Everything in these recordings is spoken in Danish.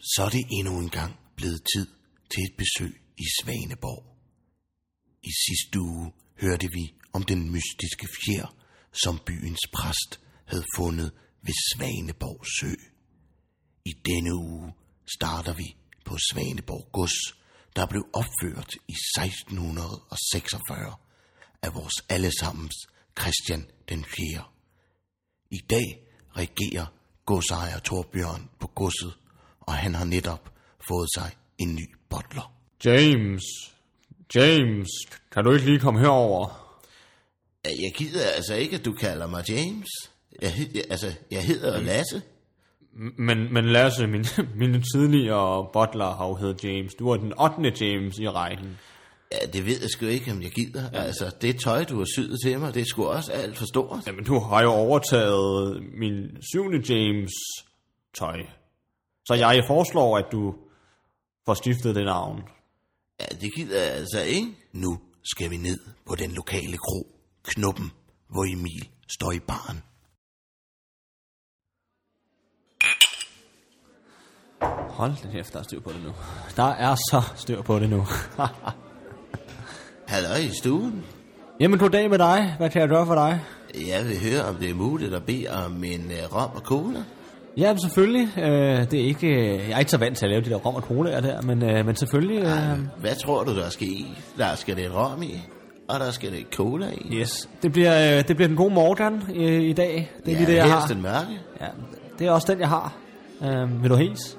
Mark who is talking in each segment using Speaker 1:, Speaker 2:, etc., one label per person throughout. Speaker 1: så er det endnu en gang blevet tid til et besøg i Svaneborg. I sidste uge hørte vi om den mystiske fjer, som byens præst havde fundet ved Svaneborg sø. I denne uge starter vi på Svaneborg Gods, der blev opført i 1646 af vores allesammens Christian den 4. I dag regerer godsejer Torbjørn på godset, og han har netop fået sig en ny butler.
Speaker 2: James, James, kan du ikke lige komme herover?
Speaker 1: Jeg gider altså ikke, at du kalder mig James. Jeg, hed- altså, jeg hedder Lasse.
Speaker 2: Men, men Lasse, min, mine tidligere butler har jo heddet James. Du er den 8. James i rækken.
Speaker 1: Ja, det ved jeg sgu ikke, om jeg gider. Altså, det tøj, du har syet til mig, det er sgu også alt for stort.
Speaker 2: Jamen, du har jo overtaget min 7. James tøj. Så jeg foreslår, at du får skiftet det navn.
Speaker 1: Ja, det gider jeg altså ikke. Nu skal vi ned på den lokale kro, Knuppen, hvor Emil står i baren.
Speaker 2: Hold da kæft, der er styr på det nu. Der er så styr på det nu.
Speaker 1: Halløj i stuen.
Speaker 2: Jamen, goddag med dig. Hvad kan jeg gøre for dig?
Speaker 1: Jeg vil høre, om det er muligt at bede om en øh, rom og cola.
Speaker 2: Ja, selvfølgelig. Øh, det er ikke, øh, jeg er ikke så vant til at lave de der rom og colaer der, men, øh, men selvfølgelig... Øh,
Speaker 1: Hvad tror du, der skal i? Der skal det rom i, og der skal det cola i.
Speaker 2: yes. Det bliver, øh, det bliver den gode Morgan øh, i dag. Det er ja, lige det, jeg
Speaker 1: helst
Speaker 2: har.
Speaker 1: den mørke.
Speaker 2: Ja, det er også den, jeg har. Øh, vil du hils?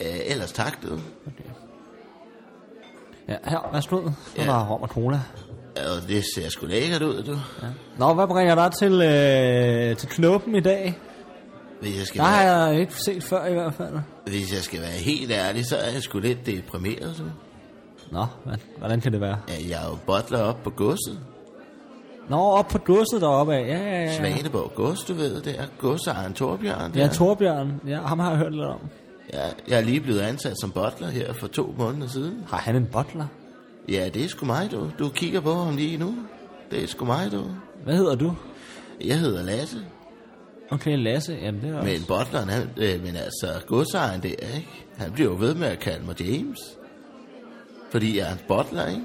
Speaker 1: Øh, ellers tak, du.
Speaker 2: Ja, her, værsgo. Så er der rom og cola.
Speaker 1: Og det ser sgu lækkert ud, du. Ja.
Speaker 2: Nå, hvad bringer dig til, øh, til knoppen i dag?
Speaker 1: Hvis, jeg skal
Speaker 2: Der har
Speaker 1: være,
Speaker 2: jeg ikke set før i hvert fald.
Speaker 1: hvis jeg skal være helt ærlig, så er jeg sgu lidt deprimeret, du.
Speaker 2: Nå, hva- hvordan kan det være?
Speaker 1: Ja, jeg er jo bottler op på godset.
Speaker 2: Nå, op på godset deroppe af. Ja, ja, ja.
Speaker 1: Svaneborg gods, du ved, det er godsejeren Torbjørn. Der.
Speaker 2: Ja, Torbjørn. Ja, ham har jeg hørt lidt om.
Speaker 1: Ja, jeg er lige blevet ansat som bottler her for to måneder siden.
Speaker 2: Har han en butler?
Speaker 1: Ja, det er sgu mig, du. Du kigger på ham lige nu. Det er sgu mig, du.
Speaker 2: Hvad hedder du?
Speaker 1: Jeg hedder Lasse,
Speaker 2: Okay, Lasse. Jamen, det er også...
Speaker 1: men bottleren, han, øh, men altså godsejeren det er, ikke? Han bliver jo ved med at kalde mig James. Fordi jeg er hans bottler, ikke?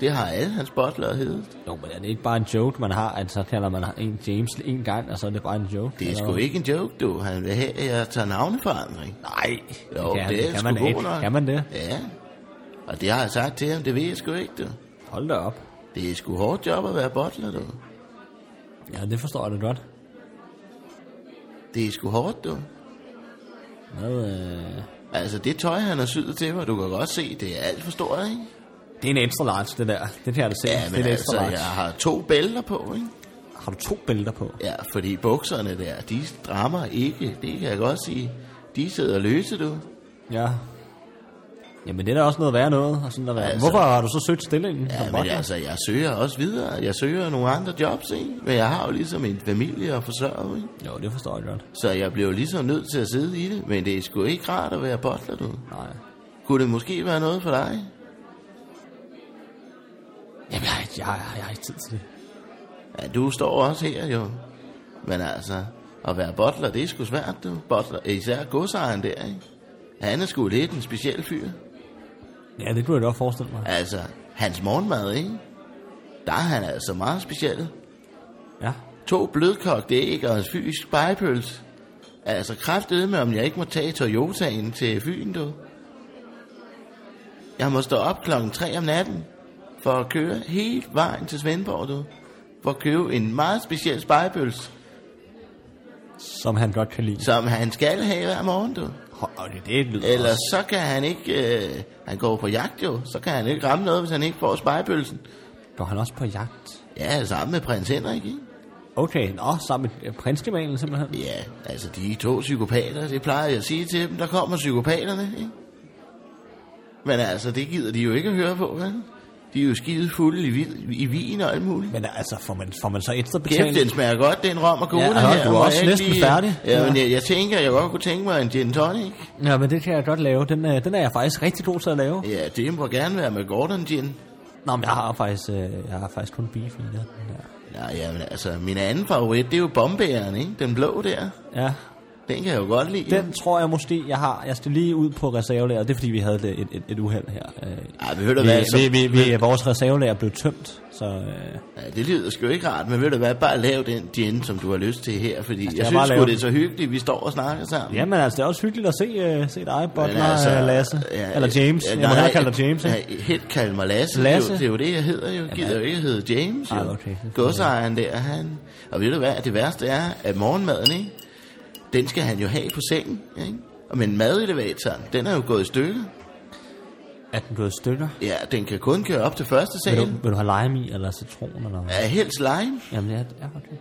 Speaker 1: Det har alle hans bottlere heddet.
Speaker 2: Jo, men er det ikke bare en joke, man har? Altså, kalder man en James en gang, og så er det bare en joke?
Speaker 1: Det er
Speaker 2: eller
Speaker 1: sgu
Speaker 2: hvad?
Speaker 1: ikke en joke, du. Han vil have, at jeg tager navneforandring.
Speaker 2: Nej.
Speaker 1: Jo,
Speaker 2: kan,
Speaker 1: det er
Speaker 2: kan
Speaker 1: sgu
Speaker 2: man
Speaker 1: god
Speaker 2: ikke.
Speaker 1: nok.
Speaker 2: Kan man det?
Speaker 1: Ja, og det har jeg sagt til ham, det ved jeg sgu ikke, du.
Speaker 2: Hold da op.
Speaker 1: Det er sgu hårdt job at være bottler, du.
Speaker 2: Ja, det forstår jeg da godt.
Speaker 1: Det er sgu hårdt, du.
Speaker 2: Hvad, øh...
Speaker 1: Altså, det tøj, han har syet til mig, du kan godt se, det er alt for stort, ikke?
Speaker 2: Det er en ekstra large, det der. Det kan jeg da se.
Speaker 1: Ja,
Speaker 2: det er
Speaker 1: men
Speaker 2: en
Speaker 1: altså,
Speaker 2: ekstra large.
Speaker 1: jeg har to bælter på, ikke?
Speaker 2: Har du to bælter på?
Speaker 1: Ja, fordi bukserne der, de strammer ikke, det kan jeg godt sige. De sidder løse, du.
Speaker 2: Ja. Jamen, det er da også noget værre noget. Og sådan at være.
Speaker 1: Altså-
Speaker 2: Hvorfor har du så søgt stillingen?
Speaker 1: Ja,
Speaker 2: som
Speaker 1: men
Speaker 2: butler?
Speaker 1: altså, jeg søger også videre. Jeg søger nogle andre jobs, ikke? Men jeg har jo ligesom en familie at forsørge, ikke?
Speaker 2: Jo, det forstår jeg godt.
Speaker 1: Så jeg blev ligesom nødt til at sidde i det, men det er sgu ikke rart at være bottler, du.
Speaker 2: Nej.
Speaker 1: Kunne det måske være noget for dig?
Speaker 2: Jamen, jeg, har ikke- jeg, jeg, jeg har ikke tid til det.
Speaker 1: Ja, du står også her, jo. Men altså, at være bottler, det er sgu svært, du. Bottler, især godsejeren der, ikke? Han er sgu lidt en speciel fyr.
Speaker 2: Ja, det kunne jeg godt forestille mig.
Speaker 1: Altså, hans morgenmad, ikke? Der er han altså meget speciel.
Speaker 2: Ja.
Speaker 1: To blødkogte æg og en fysisk spejepøls. Altså, kraftede med, om jeg ikke må tage Toyotaen til Fyn, du. Jeg må stå op klokken 3 om natten for at køre hele vejen til Svendborg, du. For at købe en meget speciel spejepøls,
Speaker 2: Som han godt kan lide.
Speaker 1: som han skal have hver morgen, du.
Speaker 2: Hold, det, det lyder
Speaker 1: Ellers så kan han ikke... Øh, han går på jagt, jo. Så kan han ikke ramme noget, hvis han ikke får spejepølsen.
Speaker 2: Går han også på jagt?
Speaker 1: Ja, sammen med prins Henrik, ikke?
Speaker 2: Okay, nå, sammen med øh, prinskemalen simpelthen.
Speaker 1: Ja, altså de er to psykopater, det plejer jeg at sige til dem. Der kommer psykopaterne, ikke? Men altså, det gider de jo ikke at høre på, vel? De er jo skide fulde i, vid- i vin og alt muligt.
Speaker 2: Men altså, får man, får man så ekstra betaling?
Speaker 1: Kæft, den smager godt, den rom og cola
Speaker 2: Ja,
Speaker 1: her.
Speaker 2: du er
Speaker 1: Må
Speaker 2: også
Speaker 1: jeg ikke
Speaker 2: næsten færdig.
Speaker 1: Ja, men
Speaker 2: Ja.
Speaker 1: jeg, jeg tænker, jeg godt kunne tænke mig en gin tonic.
Speaker 2: Ja, men det kan jeg godt lave. Den, øh, den er jeg faktisk rigtig god til at lave.
Speaker 1: Ja, det må gerne være med Gordon gin.
Speaker 2: Nå, men jeg har faktisk, øh, jeg har faktisk kun beef i det. Ja.
Speaker 1: Nej, ja, men altså, min anden favorit, det er jo bombæren, ikke? Den blå der.
Speaker 2: ja.
Speaker 1: Den kan jeg jo godt lide.
Speaker 2: Den tror jeg måske, jeg har. Jeg skal lige ud på reservelærer. Det er fordi, vi havde lidt- et, et, et uheld her. Øh,
Speaker 1: Ej, men ved du
Speaker 2: vi,
Speaker 1: hvad, så,
Speaker 2: vi, vi, vi, vores reservelærer blev tømt, så øh,
Speaker 1: ja, det lyder sgu ikke rart, men ved du hvad, bare lav den gin, som du har lyst til her, fordi altså, jeg
Speaker 2: jeg bare
Speaker 1: synes sgu,
Speaker 2: laver
Speaker 1: det er så hyggeligt, vi står og snakker sammen.
Speaker 2: Jamen altså, det er også hyggeligt at se, øh, se dig, Butler, altså, Lasse, ja, eller James. Ja, jeg må hellere kalde dig James, ikke?
Speaker 1: ikke? Helt kalde mig Lasse.
Speaker 2: Lasse.
Speaker 1: Lasse. Det, er jo, det er jo det, jeg hedder jo. Jeg gider jo ikke hedde James.
Speaker 2: Ej,
Speaker 1: Jo.
Speaker 2: okay. Det forstår
Speaker 1: Godsejeren der, han... Og ved du hvad, det værste er, at morgenmaden, ikke? Den skal han jo have på sengen, ikke? Og Men madelevatoren, den er jo gået i stykker.
Speaker 2: Er den gået i stykker?
Speaker 1: Ja, den kan kun køre op til første
Speaker 2: Vil du,
Speaker 1: sal.
Speaker 2: vil du have lime i, eller citron, eller hvad?
Speaker 1: Er helt slime.
Speaker 2: Jamen, ja, ja, okay.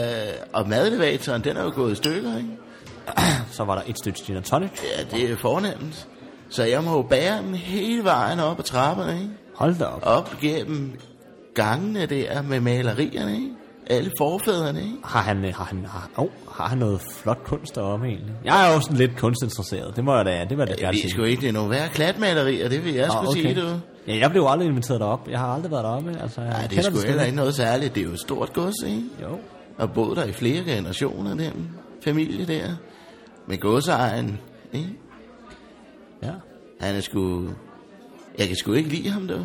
Speaker 1: Øh, og madelevatoren, den er jo gået i stykker, ikke?
Speaker 2: Så var der et stykke gin og tonic.
Speaker 1: Ja, det er fornemt. Så jeg må jo bære dem hele vejen op ad trapperne, ikke?
Speaker 2: Hold da op.
Speaker 1: op gennem gangene der med malerierne, ikke? Alle forfædrene, ikke?
Speaker 2: Har han, øh, har han, har, oh, har han noget flot kunst deroppe egentlig? Jeg er jo sådan lidt kunstinteresseret. Det må jeg da, det må jeg da
Speaker 1: Jeg
Speaker 2: gerne
Speaker 1: ved sgu
Speaker 2: sige.
Speaker 1: ikke, det er nogle værre klatmalerier, det vil jeg
Speaker 2: Ah,
Speaker 1: skulle sige, du.
Speaker 2: Ja, jeg blev jo aldrig inviteret derop. Jeg har aldrig været deroppe. Altså, jeg
Speaker 1: Nej, det
Speaker 2: kender
Speaker 1: er sgu
Speaker 2: slet
Speaker 1: heller ikke noget særligt. Det er jo et stort gods, ikke?
Speaker 2: Jo.
Speaker 1: Og boet der i flere generationer, den familie der. Men godsejeren, ikke?
Speaker 2: Ja.
Speaker 1: Han er sgu... Jeg kan sgu ikke lide ham, du.
Speaker 2: Nå,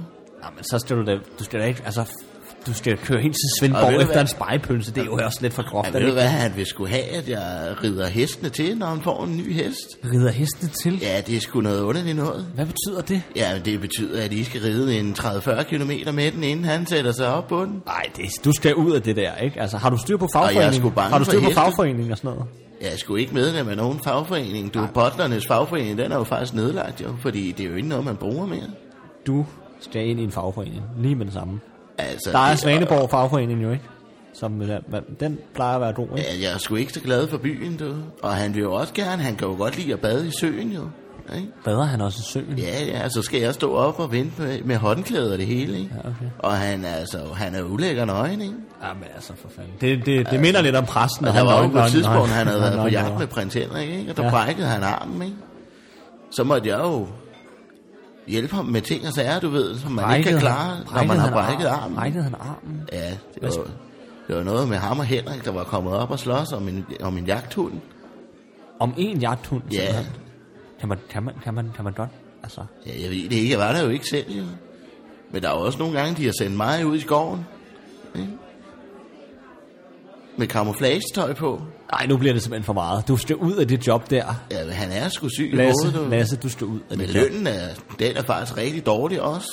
Speaker 2: men så skal du da, du skal da ikke, altså, f- du skal køre helt til
Speaker 1: Og ved
Speaker 2: Svendborg
Speaker 1: du
Speaker 2: efter
Speaker 1: hvad?
Speaker 2: en spejepølse. Det er jo også lidt for groft.
Speaker 1: Han
Speaker 2: er det
Speaker 1: ved du
Speaker 2: ikke?
Speaker 1: hvad, han vil sgu have, at jeg rider hestene til, når han får en ny hest.
Speaker 2: Rider hestene til?
Speaker 1: Ja, det er sgu noget underligt noget.
Speaker 2: Hvad betyder det?
Speaker 1: Ja, men det betyder, at I skal ride en 30-40 km med den, inden han sætter sig op på den.
Speaker 2: Nej, det, du skal ud af det der, ikke? Altså, har du styr på
Speaker 1: jeg er
Speaker 2: fagforeningen?
Speaker 1: sgu bange
Speaker 2: har du
Speaker 1: for
Speaker 2: styr på
Speaker 1: heste.
Speaker 2: fagforeningen og sådan noget?
Speaker 1: Jeg er sgu ikke medlem af nogen fagforening. Du, botlernes fagforening, den er jo faktisk nedlagt jo, fordi det er jo ikke noget, man bruger mere.
Speaker 2: Du skal ind i en fagforening, lige med det samme.
Speaker 1: Altså,
Speaker 2: Der er
Speaker 1: det-
Speaker 2: Svaneborg fagforening jo, ikke? Som, øh, hva- den plejer at være god, ikke?
Speaker 1: Ja, jeg er sgu ikke så glad for byen, du. Og han vil jo også gerne, han kan jo godt lide at bade i søen jo. Ikke?
Speaker 2: Bader han også i søen?
Speaker 1: Ja, ja, så skal jeg stå op og vente med, med håndklæder og det hele, ikke?
Speaker 2: Ja, okay.
Speaker 1: Og han, er altså, han er ulækker nøgen, ikke?
Speaker 2: Jamen altså, for fanden. Det, det, det minder lidt om præsten.
Speaker 1: Og
Speaker 2: og
Speaker 1: der
Speaker 2: han
Speaker 1: var jo
Speaker 2: nøgen-
Speaker 1: på et
Speaker 2: nøgen-
Speaker 1: tidspunkt,
Speaker 2: nøgen-
Speaker 1: han havde været på
Speaker 2: nøgen-
Speaker 1: jagt
Speaker 2: nøgen-
Speaker 1: med prins Henrik, ikke? og der
Speaker 2: Ja.
Speaker 1: ja. brækkede han armen. Ikke? Så måtte jeg jo hjælpe ham med ting og sager, du ved, som man ikke kan
Speaker 2: Brækkede
Speaker 1: klare,
Speaker 2: han-
Speaker 1: når man har
Speaker 2: han
Speaker 1: brækket armen.
Speaker 2: Brækkede han armen?
Speaker 1: Ja, det var, det var noget med ham og Henrik, der var kommet op og slås om en, om en jagthund.
Speaker 2: Om en jagthund?
Speaker 1: Ja.
Speaker 2: simpelthen. Kan man, kan man, kan man, kan man godt? Altså,
Speaker 1: Ja, jeg ved det ikke, jeg var der jo ikke selv, jo. Men der er jo også nogle gange, de har sendt mig ud i skoven. Ikke? Med camouflagetøj på.
Speaker 2: nej, nu bliver det simpelthen for meget. Du skal ud af det job der.
Speaker 1: Ja, men han er sgu syg i hovedet,
Speaker 2: Lasse,
Speaker 1: du.
Speaker 2: Lasse, du skal ud af
Speaker 1: Men
Speaker 2: det job.
Speaker 1: lønnen er, den er faktisk rigtig dårlig også.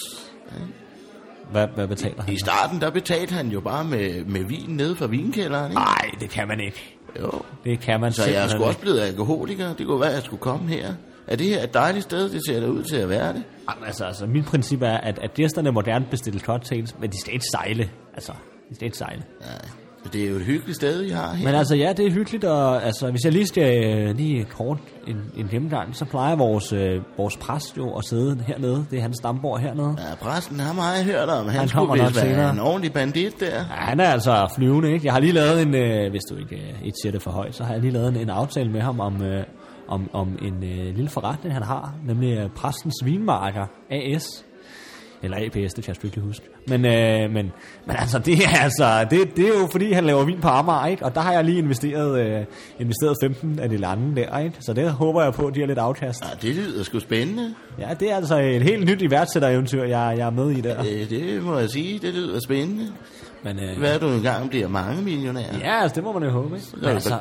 Speaker 2: Hvad, hvad betaler han?
Speaker 1: I starten, der betalte han jo bare med, med vin nede fra vinkælderen, ikke?
Speaker 2: Nej, det kan man ikke.
Speaker 1: Jo.
Speaker 2: Det kan man
Speaker 1: Så jeg er
Speaker 2: Ah. simpelthen
Speaker 1: sgu også
Speaker 2: ikke.
Speaker 1: blevet alkoholiker. Det kunne være, at jeg skulle komme her. Er det her et dejligt sted? Det ser da ud til at være det.
Speaker 2: Jamen, altså, altså, mit princip er, at, at gæsterne må gerne bestille cocktails, men de skal ikke sejle. Altså, de skal ikke sejle.
Speaker 1: Nej. Men Det er jo et hyggeligt sted, I har her.
Speaker 2: Men altså, ja, det er hyggeligt, og altså, hvis jeg lige skal øh, lige kort en, en gennemgang, så plejer vores, øh, vores præst jo at sidde hernede. Det er hans stambord hernede.
Speaker 1: Ja, præsten, ham har jeg hørt om. Han,
Speaker 2: Han
Speaker 1: han
Speaker 2: kommer
Speaker 1: skulle vist
Speaker 2: nok
Speaker 1: være
Speaker 2: senere.
Speaker 1: en ordentlig bandit der.
Speaker 2: Ja, han er altså flyvende, ikke? Jeg har lige lavet en, øh, hvis du ikke, øh, ikke siger det for højt, så har jeg lige lavet en, en aftale med ham om, øh, om, om en øh, lille forretning, han har, nemlig øh, Præstens Vinmarker AS. Eller APS, det kan jeg sgu ikke lige huske. Men, øh, men, men altså, det er, altså det, det er jo fordi, han laver vin på Amager, ikke? Og der har jeg lige investeret, øh, investeret 15 af de lande der, ikke? Så det håber jeg på, at de har lidt afkast.
Speaker 1: Ja, det lyder sgu spændende.
Speaker 2: Ja, det er altså et helt nyt iværksættereventyr, jeg, jeg er med i der.
Speaker 1: Det, det må jeg sige, det lyder spændende.
Speaker 2: Men, øh,
Speaker 1: Hvad er du engang bliver mange millionærer?
Speaker 2: Ja, altså, det må man jo håbe, ikke? Men
Speaker 1: er det
Speaker 2: altså,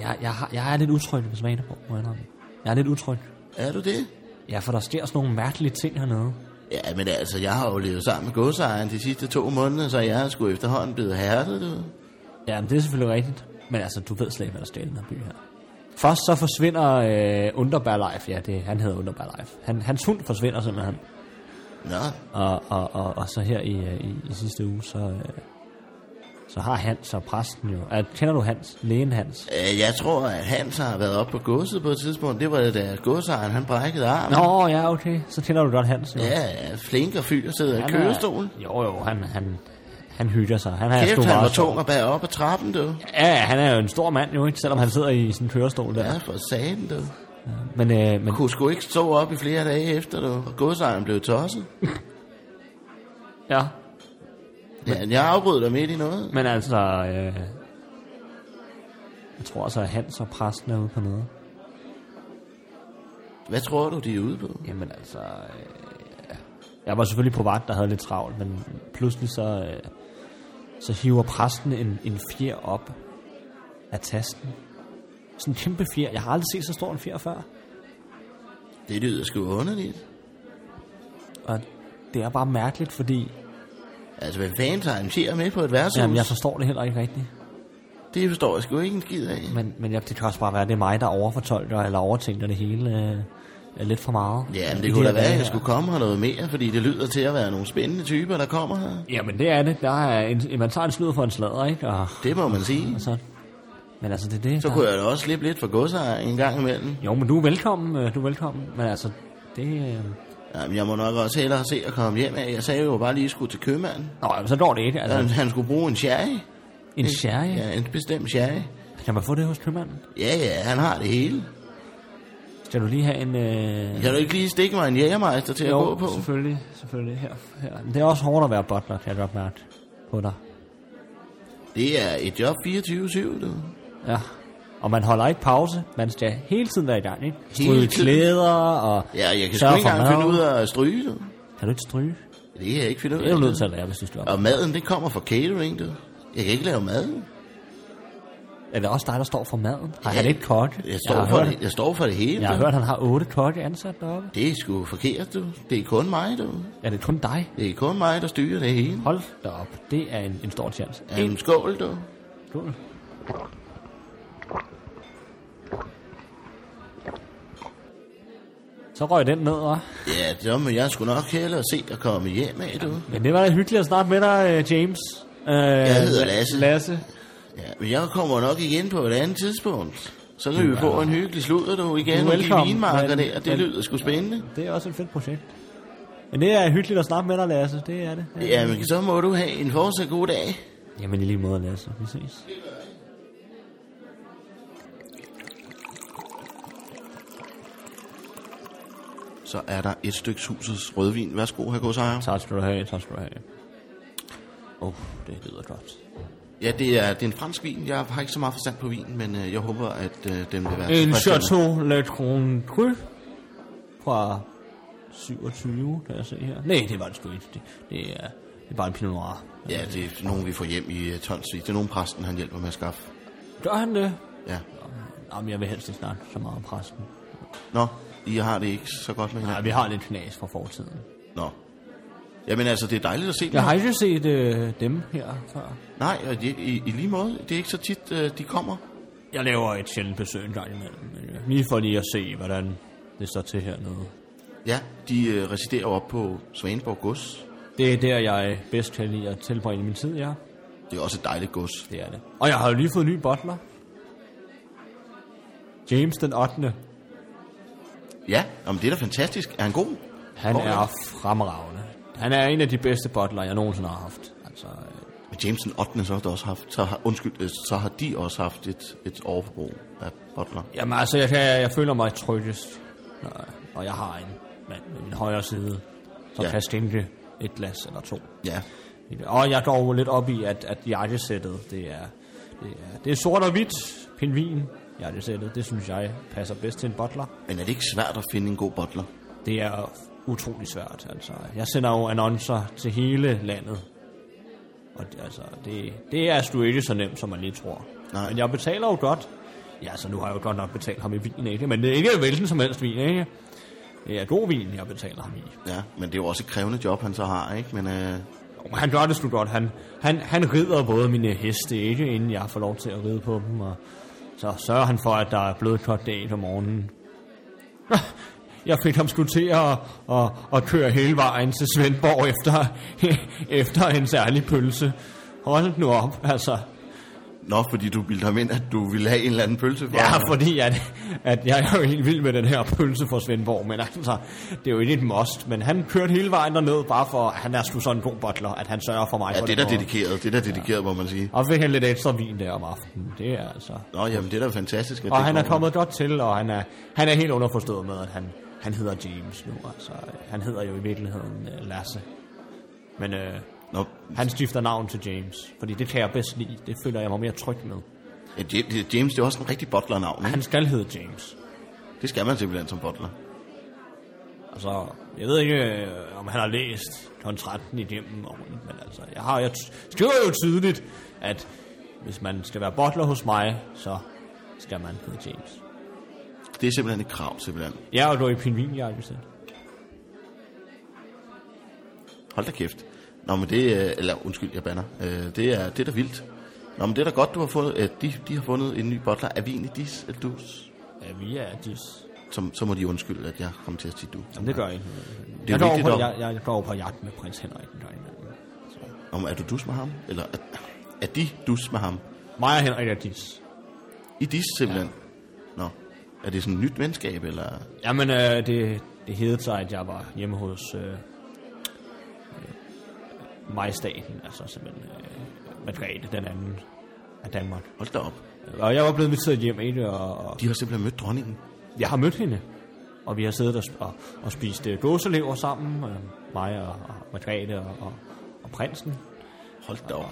Speaker 2: jeg, jeg, har, jeg er lidt utryg ved Svaneborg, må jeg indrømme. Jeg er lidt utryg.
Speaker 1: Er du det?
Speaker 2: Ja, for der sker sådan nogle mærkelige ting hernede.
Speaker 1: Ja, men altså, jeg har jo levet sammen med godsejeren de sidste to måneder, så jeg er sgu efterhånden blevet hærdet, du.
Speaker 2: Ja, men det er selvfølgelig rigtigt. Men altså, du ved slet ikke, hvad der sker i den her by her. Først så forsvinder øh, Underbær Leif. Ja, det, han hedder Underbær Leif. Han, hans hund forsvinder simpelthen.
Speaker 1: Nå,
Speaker 2: Og, og, og, og så her i, øh, i, i sidste uge, så, øh, så har Hans og præsten jo... Er, kender du Hans? Lægen Hans?
Speaker 1: Øh, Jeg tror, at Hans har været oppe på godset på et tidspunkt. Det var det, da godsejeren han brækkede armen.
Speaker 2: Nå, ja, okay. Så kender du godt Hans. Jo.
Speaker 1: Ja, ja, flink og fyr sidder i
Speaker 2: Han er-
Speaker 1: kørestolen.
Speaker 2: øh, Jo, jo, han, han, han hygger sig. Han er sgu
Speaker 1: Kæft, han var
Speaker 2: meget sjov.
Speaker 1: tung at bære op ad trappen, du.
Speaker 2: Ja, ja, han er jo en stor mand jo, ikke? Selvom han sidder i sådan en kørestol der.
Speaker 1: Ja, for satan, du.
Speaker 2: Men, øh, men
Speaker 1: Kunne sgu ikke stå op i flere dage efter, du. Og godsejeren blev tosset.
Speaker 2: ja,
Speaker 1: Ja, jeg afbrød dig midt i noget.
Speaker 2: men altså... Øh, Jeg tror altså, at Hans og præsten er ude på noget.
Speaker 1: Hvad tror du, de er ude på?
Speaker 2: Jamen altså... Øh, jeg var selvfølgelig på vagt, der havde lidt travlt, men pludselig så, øh, så hiver præsten en, en fjer op af tasten. Sådan en kæmpe fjer. Jeg har aldrig set så stor en fjer før.
Speaker 1: Det lyder sgu underligt.
Speaker 2: Og det er bare mærkeligt, fordi
Speaker 1: Altså, hvad fanden tager en tier med på et værtshus?
Speaker 2: jamen, jeg forstår det heller ikke rigtigt.
Speaker 1: Det forstår jeg sgu ikke en skid af.
Speaker 2: Men, men jeg, det kan også bare være, at det er mig, der overfortolker eller overtænker det hele øh, øh, lidt for meget.
Speaker 1: Ja, men
Speaker 2: I
Speaker 1: det kunne
Speaker 2: her
Speaker 1: da være,
Speaker 2: dage
Speaker 1: at
Speaker 2: her.
Speaker 1: jeg skulle komme her noget mere, fordi det lyder til at være nogle spændende typer, der kommer her.
Speaker 2: Jamen, det er det. Der er en, man tager en slud for en sladder, ikke? Og,
Speaker 1: Det må man sige.
Speaker 2: og så, men altså, det er det.
Speaker 1: Så
Speaker 2: der-
Speaker 1: kunne jeg da også slippe lidt for godsejer en gang imellem.
Speaker 2: Jo, men du er velkommen. øh, Du er velkommen. Men altså, det... øh,
Speaker 1: Jamen, jeg må nok også hellere se at komme hjem af. Jeg sagde jo bare lige, at jeg skulle til købmanden.
Speaker 2: Nå, jamen, så går det ikke. Altså,
Speaker 1: Han, han skulle bruge en sherry.
Speaker 2: en sherry. Ja.
Speaker 1: Ja, en bestemt sherry.
Speaker 2: Kan man få det hos købmanden?
Speaker 1: Ja, ja, han har det hele.
Speaker 2: Skal du lige have en... Øh...
Speaker 1: Kan du ikke lige stikke mig en jægermeister til at gå på?
Speaker 2: selvfølgelig. Selvfølgelig. Her, her. Men Det er også hårdt at være butler, kan jeg godt mærke på dig.
Speaker 1: Det er et job 24-7, du.
Speaker 2: Ja. Og man holder ikke pause. Man skal hele tiden være i gang, ikke? Stryge
Speaker 1: tiden.
Speaker 2: klæder og...
Speaker 1: Ja, jeg kan sgu
Speaker 2: sørge
Speaker 1: ikke
Speaker 2: for
Speaker 1: engang
Speaker 2: mad.
Speaker 1: finde ud af at stryge, du.
Speaker 2: Kan du ikke stryge?
Speaker 1: Det kan jeg ikke finde ud
Speaker 2: Det
Speaker 1: af.
Speaker 2: er du nødt til at lære, hvis du skal op.
Speaker 1: Og maden, det kommer fra catering, du. Jeg kan ikke lave mad.
Speaker 2: Er det også dig, der står for maden? Har
Speaker 1: Ja.
Speaker 2: han ikke kokke?
Speaker 1: Jeg står,
Speaker 2: jeg
Speaker 1: jeg for,
Speaker 2: har hørt,
Speaker 1: det, jeg står for det hele.
Speaker 2: Jeg har
Speaker 1: du.
Speaker 2: hørt, han har otte kokke ansat deroppe.
Speaker 1: Det er sgu forkert, du. Det er kun mig, du.
Speaker 2: Er det kun dig?
Speaker 1: Det er kun mig, der styrer det hele.
Speaker 2: Hold da op. Det er en, en stor chance.
Speaker 1: Jamen, skål, du.
Speaker 2: Skål. Så røg den ned, hva'?
Speaker 1: Ja, så må jeg sgu nok hellere se at komme hjem af, du.
Speaker 2: Men det var da hyggeligt at snakke med dig, øh, James. Øh, jeg
Speaker 1: hedder Lasse.
Speaker 2: Lasse.
Speaker 1: Ja, men jeg kommer nok igen på et andet tidspunkt. Så kan vi få en hyggelig sludder, du. Igen
Speaker 2: Du er
Speaker 1: med de
Speaker 2: velkommen,
Speaker 1: vinmarker
Speaker 2: men-
Speaker 1: der. Det
Speaker 2: men-
Speaker 1: lyder sgu spændende.
Speaker 2: Det er også et fedt projekt. Men det er hyggeligt at snakke med dig, Lasse. Det er det.
Speaker 1: Ja, men så må du have en fortsat god dag.
Speaker 2: Jamen i lige måde, Lasse. Vi ses.
Speaker 1: Så er der et stykke husets rødvin. Værsgo, herr Godsejer.
Speaker 2: Tak skal du have. Tak skal du have. Åh, oh, det lyder godt.
Speaker 1: Ja, det er, det er en fransk vin. Jeg har ikke så meget forstand på vin, men øh, jeg håber, at øh, den vil være
Speaker 2: En
Speaker 1: tilfredsstillende.
Speaker 2: Chateau Le Grand Cru fra 27, kan jeg se her. Nej, det var det sgu ikke. Det, det, er, det er bare en Pinot Noir.
Speaker 1: Ja, det er nogen, vi får hjem i uh, tonsvis. Det er nogen præsten, han hjælper med at skaffe.
Speaker 2: Gør han det?
Speaker 1: Ja.
Speaker 2: Jamen, jeg vil helst ikke snakke så meget om præsten.
Speaker 1: Nå, I har det ikke så godt med
Speaker 2: Nej,
Speaker 1: hinanden.
Speaker 2: vi har lidt knas fra fortiden.
Speaker 1: Nå. Jamen altså, det er dejligt at se dem.
Speaker 2: Jeg har ikke set øh, dem her før.
Speaker 1: Nej, og det, i, i lige måde. Det er ikke så tit, uh, de kommer.
Speaker 2: Jeg laver et sjældent besøg en gang imellem. men, øh, Lige for lige at se, hvordan det står til hernede.
Speaker 1: Ja, de uh, residerer op på Svaneborg Gods.
Speaker 2: Det er der, jeg bedst kan lide at tilbringe min tid, ja.
Speaker 1: Det er også et dejligt gods.
Speaker 2: Det er det. Og jeg har jo lige fået en ny butler. James den 8.
Speaker 1: Ja, jamen, det er da fantastisk. Er han god?
Speaker 2: Han
Speaker 1: Hvor er
Speaker 2: er fremragende. Han er en af de bedste bottler, jeg nogensinde har haft. Altså, øh,
Speaker 1: Men Jameson 8. så har, der også haft, så har, undskyld, øh, så har de også haft et, et overforbrug af bottler.
Speaker 2: jamen, altså, jeg, kan, jeg føler mig tryggest. når- Og jeg har en mand ved min højre side, som ja.
Speaker 1: Ja.
Speaker 2: kan stænke et glas eller to.
Speaker 1: Ja,
Speaker 2: Og jeg går jo lidt op i, at, at jakkesættet, det er, det er, det er sort og hvidt. Pingvin, jakkesættet, det synes jeg passer bedst til en bottler.
Speaker 1: men er det ikke svært at finde en god bottler?
Speaker 2: Det er utrolig svært, altså. Jeg sender jo annoncer til hele landet. Og det, altså, det, det er sgu ikke så nemt, som man lige tror.
Speaker 1: Nej.
Speaker 2: Men jeg betaler jo godt. Ja, altså, nu har jeg jo godt nok betalt ham i vin, ikke? Men det er ikke hvilken som helst vin, ikke? Det er god vin, jeg betaler ham i.
Speaker 1: Ja, men det er jo også et krævende job, han så har, ikke? Men øh,
Speaker 2: Jo, men Han gør det sgu godt. Han, han, han rider både mine heste, ikke? Inden jeg får lov til at ride på dem. Og så sørger han for, at der er blevet et godt dag om morgenen. Jeg fik ham sgu til at, at, at køre hele vejen til Svendborg efter, efter en særlig pølse. Hold nu op, altså.
Speaker 1: Nå, fordi du bildte ham ind, at du ville have en eller anden pølse for ham.
Speaker 2: Ja, fordi at, at jeg er jo helt vild med den her pølse fra Svendborg, men altså, det er jo ikke et must. Men han kørte hele vejen derned, bare for, at han er sgu sådan en god butler, at han sørger for mig.
Speaker 1: Ja,
Speaker 2: for
Speaker 1: det er da
Speaker 2: måde.
Speaker 1: dedikeret, det er da dedikeret, må man sige.
Speaker 2: Og fik han lidt ekstra vin der om aftenen. Det er altså...
Speaker 1: Nå, jamen det er da fantastisk. At
Speaker 2: Og
Speaker 1: det
Speaker 2: han er
Speaker 1: kommer.
Speaker 2: kommet godt til, og han er, han er helt underforstået med, at han, han hedder James nu. Altså, øh, han hedder jo i virkeligheden uh, Lasse. Men øh,
Speaker 1: Nå,
Speaker 2: han skifter navn til James, fordi det kan jeg bedst lide. Det føler jeg mig mere tryg med.
Speaker 1: Ja, Ja, det- James, det er også en rigtig butler-navn. ikke?
Speaker 2: Han skal hedde James.
Speaker 1: Det skal man simpelthen som butler.
Speaker 2: Altså, jeg ved ikke, øh, om han har læst kontrakten igennem ordentligt, men altså, jeg, har, jeg t- skriver jo tydeligt, at hvis man skal være butler hos mig, så skal man hedde James.
Speaker 1: Det er simpelthen et krav, simpelthen.
Speaker 2: Jeg er jo i pingvinjakke, hvis det er.
Speaker 1: Hold da kæft. Nå, men det er, eller undskyld, jeg banner. Øh, det er, det er da vildt. Nå, men det er da godt, du har fundet, øh, de, de har fundet en ny butler. Er vi egentlig dis eller dus?
Speaker 2: Ja, vi er dis.
Speaker 1: Som, så må de undskylde, at jeg kom til at sige du.
Speaker 2: Jamen, det gør jeg ikke.
Speaker 1: Det er
Speaker 2: Jeg
Speaker 1: jo
Speaker 2: går, over
Speaker 1: vigtigt,
Speaker 2: på,
Speaker 1: om-
Speaker 2: jeg, jeg går over på jagt med prins Henrik en gang imellem.
Speaker 1: Om, er du dus med ham? Eller er, er de dus med ham?
Speaker 2: Mig og Henrik er dis.
Speaker 1: I dis simpelthen? Ja. Nå, er det sådan et nyt venskab, eller?
Speaker 2: Jamen, øh, det, det hedede sig, at jeg var hjemme hos øh, øh, majestaten, altså simpelthen øh, Margrethe den anden af Danmark.
Speaker 1: Hold da op.
Speaker 2: Og jeg var blevet inviteret hjem, ikke? Og, og
Speaker 1: De har simpelthen mødt dronningen.
Speaker 2: jeg har mødt hende. Og vi har siddet og, sp- og, og spist øh, gåselever sammen, øh, mig og, og Margrethe og, og, og prinsen.
Speaker 1: Hold da op.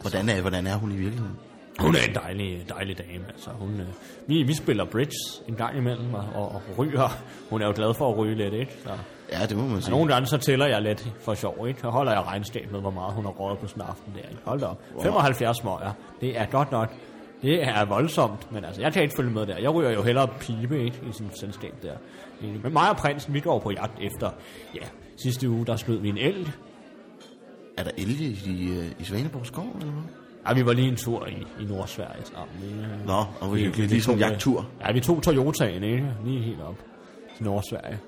Speaker 1: Hvordan er, hvordan er hun i virkeligheden?
Speaker 2: Hun er en dejlig, dejlig dame. Altså, hun, øh, vi, vi spiller bridge en gang imellem og, og, og ryger. Hun er jo glad for at ryge lidt, ikke? Så,
Speaker 1: Ja, det må man
Speaker 2: og
Speaker 1: sige.
Speaker 2: nogle gange så tæller jeg lidt for sjov, ikke? Så holder jeg regnskab med, hvor meget hun har røget på sådan en aften der. Ikke? Hold da op. 75 smøger. Det er godt nok. Det er voldsomt, men altså, jeg kan ikke følge med der. Jeg ryger jo hellere pibe, ikke? I sådan et selskab der. Men mig og prinsen, vi går på jagt efter, ja, sidste uge, der snød vi en elg.
Speaker 1: Er der elge i, øh, i Svaneborg skov, eller hvad?
Speaker 2: Ja, vi var lige en tur i, i Nordsverige sammen, ikke?
Speaker 1: Nå, og hvor hyggeligt. Lige sådan en ligesom
Speaker 2: tog, øh,
Speaker 1: jagttur.
Speaker 2: Ja, vi tog Toyota'en, ikke? Lige helt op til Nordsverige.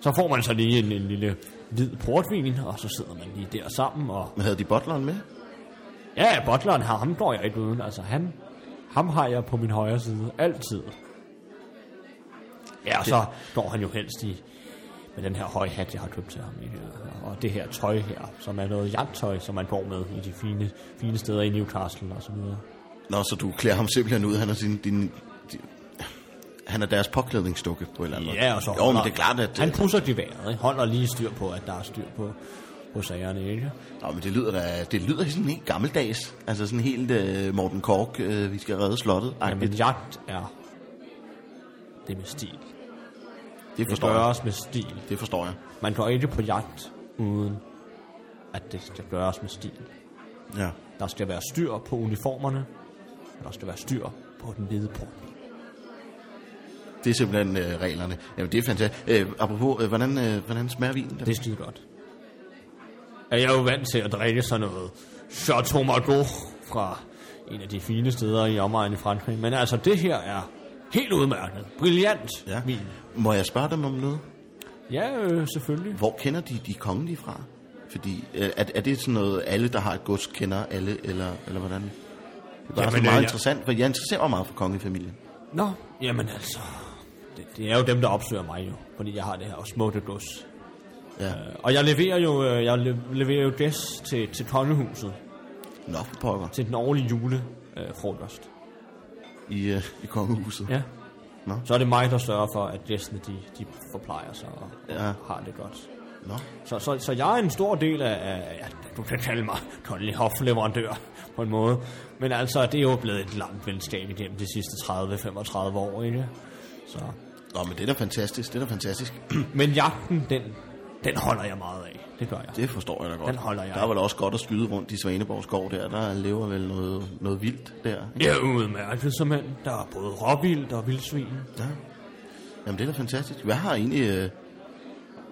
Speaker 2: Så får man så lige en, en lille hvid portvin, og så sidder man lige der sammen, og
Speaker 1: Men havde de butleren med?
Speaker 2: ja, butleren har ham går jeg ikke uden. Altså, han, ham har jeg på min højre side, altid. Ja, og så går han jo helst i med den her høje hat, jeg har købt til ham. Ikke? Og det her tøj her, som er noget jagttøj, som man går med i de fine, fine steder i Newcastle og så videre.
Speaker 1: Nå, så du klæder ham simpelthen ud. Han er sin, din, din, han er deres påklædningsdukke på en eller anden måde.
Speaker 2: Ja, og så
Speaker 1: Jo, men det er klart, at...
Speaker 2: Han pusser geværet, ikke? holder lige styr på, at der er styr på, på sagerne, ikke?
Speaker 1: øh, Nå, men det lyder da... Det lyder sådan helt gammeldags. Altså sådan helt øh, Morten Kork, øh, vi skal redde slottet. Ej,
Speaker 2: Jamen, jagt er det med stil.
Speaker 1: det
Speaker 2: Det
Speaker 1: forstår jeg.
Speaker 2: gøres med stil.
Speaker 1: Det forstår jeg.
Speaker 2: Man går ikke på jagt, uden at det skal gøres med stil.
Speaker 1: Ja.
Speaker 2: Der skal være styr på uniformerne, og der skal være styr på den hvide portvin.
Speaker 1: Det er simpelthen øh, reglerne. Jamen, det er fantastisk. Øh, apropos, øh, hvordan, øh, hvordan smager vinen?
Speaker 2: Det er skide godt. Ja, Jeg er jo vant til at drikke sådan noget Chateau Margaux fra en af de fine steder i omegnen i Frankrig. Men altså, det her er helt udmærket. Brilliant ja. vin.
Speaker 1: Må jeg spørge dem om noget?
Speaker 2: Ja, øh, selvfølgelig.
Speaker 1: Hvor kender de de kongelige fra? Fordi øh, er, er det sådan noget, alle, der har et gods, kender alle, eller, eller hvordan? Det er bare
Speaker 2: Jamen,
Speaker 1: så
Speaker 2: øh,
Speaker 1: meget
Speaker 2: jeg-
Speaker 1: interessant, for jeg interesserer mig meget for kongefamilien.
Speaker 2: Nå, jamen altså. Det, det er jo dem, der opsøger mig jo, fordi jeg har det her smukke gods.
Speaker 1: Ja.
Speaker 2: Øh, Og jeg leverer jo, øh, jeg le- leverer jo gæst til, til kongehuset,
Speaker 1: Nå, for pokker.
Speaker 2: til den årlige julefrokost.
Speaker 1: I, øh, i kongehuset.
Speaker 2: Ja.
Speaker 1: Nå.
Speaker 2: Så er det mig, der sørger for, at gæstene de, de forplejer sig og
Speaker 1: Ja.
Speaker 2: ja. har det godt.
Speaker 1: Nå.
Speaker 2: Så, så, så jeg er en stor del af, af ja, du kan kalde mig kongelig hofleverandør på en måde. Men altså, det er jo blevet et langt venskab igennem de sidste 30-35 år, ikke? Så.
Speaker 1: Nå, men det er da fantastisk, det er da fantastisk.
Speaker 2: Men jagten, den, den holder jeg meget af. Det gør jeg.
Speaker 1: Det forstår jeg da godt.
Speaker 2: Den holder jeg.
Speaker 1: Der er vel også godt at skyde rundt i Svaneborg skov der. Der lever vel noget, noget vildt der.
Speaker 2: Det er udmærket som mand. Der er både råvildt og vildsvin.
Speaker 1: Ja. Jamen, det er da fantastisk. Hvad har egentlig... Øh,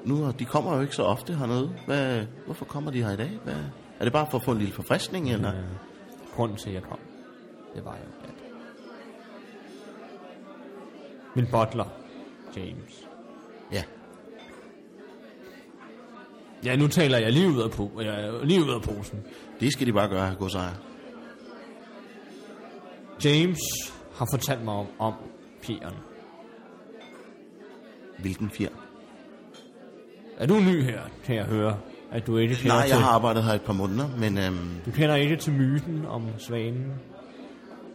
Speaker 1: nu, har- de kommer jo ikke så ofte hernede. Hvad, hvorfor kommer de her i dag? Hvad, er det bare for at få en lille forfriskning, eller?
Speaker 2: Øh, grunden til, at jeg kom, det var jo, at min butler, James.
Speaker 1: Ja.
Speaker 2: Ja, nu taler jeg lige ud af, po- ja, lige ud af posen.
Speaker 1: Det skal de bare gøre, godsejer.
Speaker 2: James har fortalt mig om, om pigerne.
Speaker 1: Hvilken fjer?
Speaker 2: Er du ny her, kan jeg høre, at du ikke kender
Speaker 1: Nej,
Speaker 2: til,
Speaker 1: jeg har arbejdet her et par måneder, men øhm,
Speaker 2: du kender ikke til myten om svanen?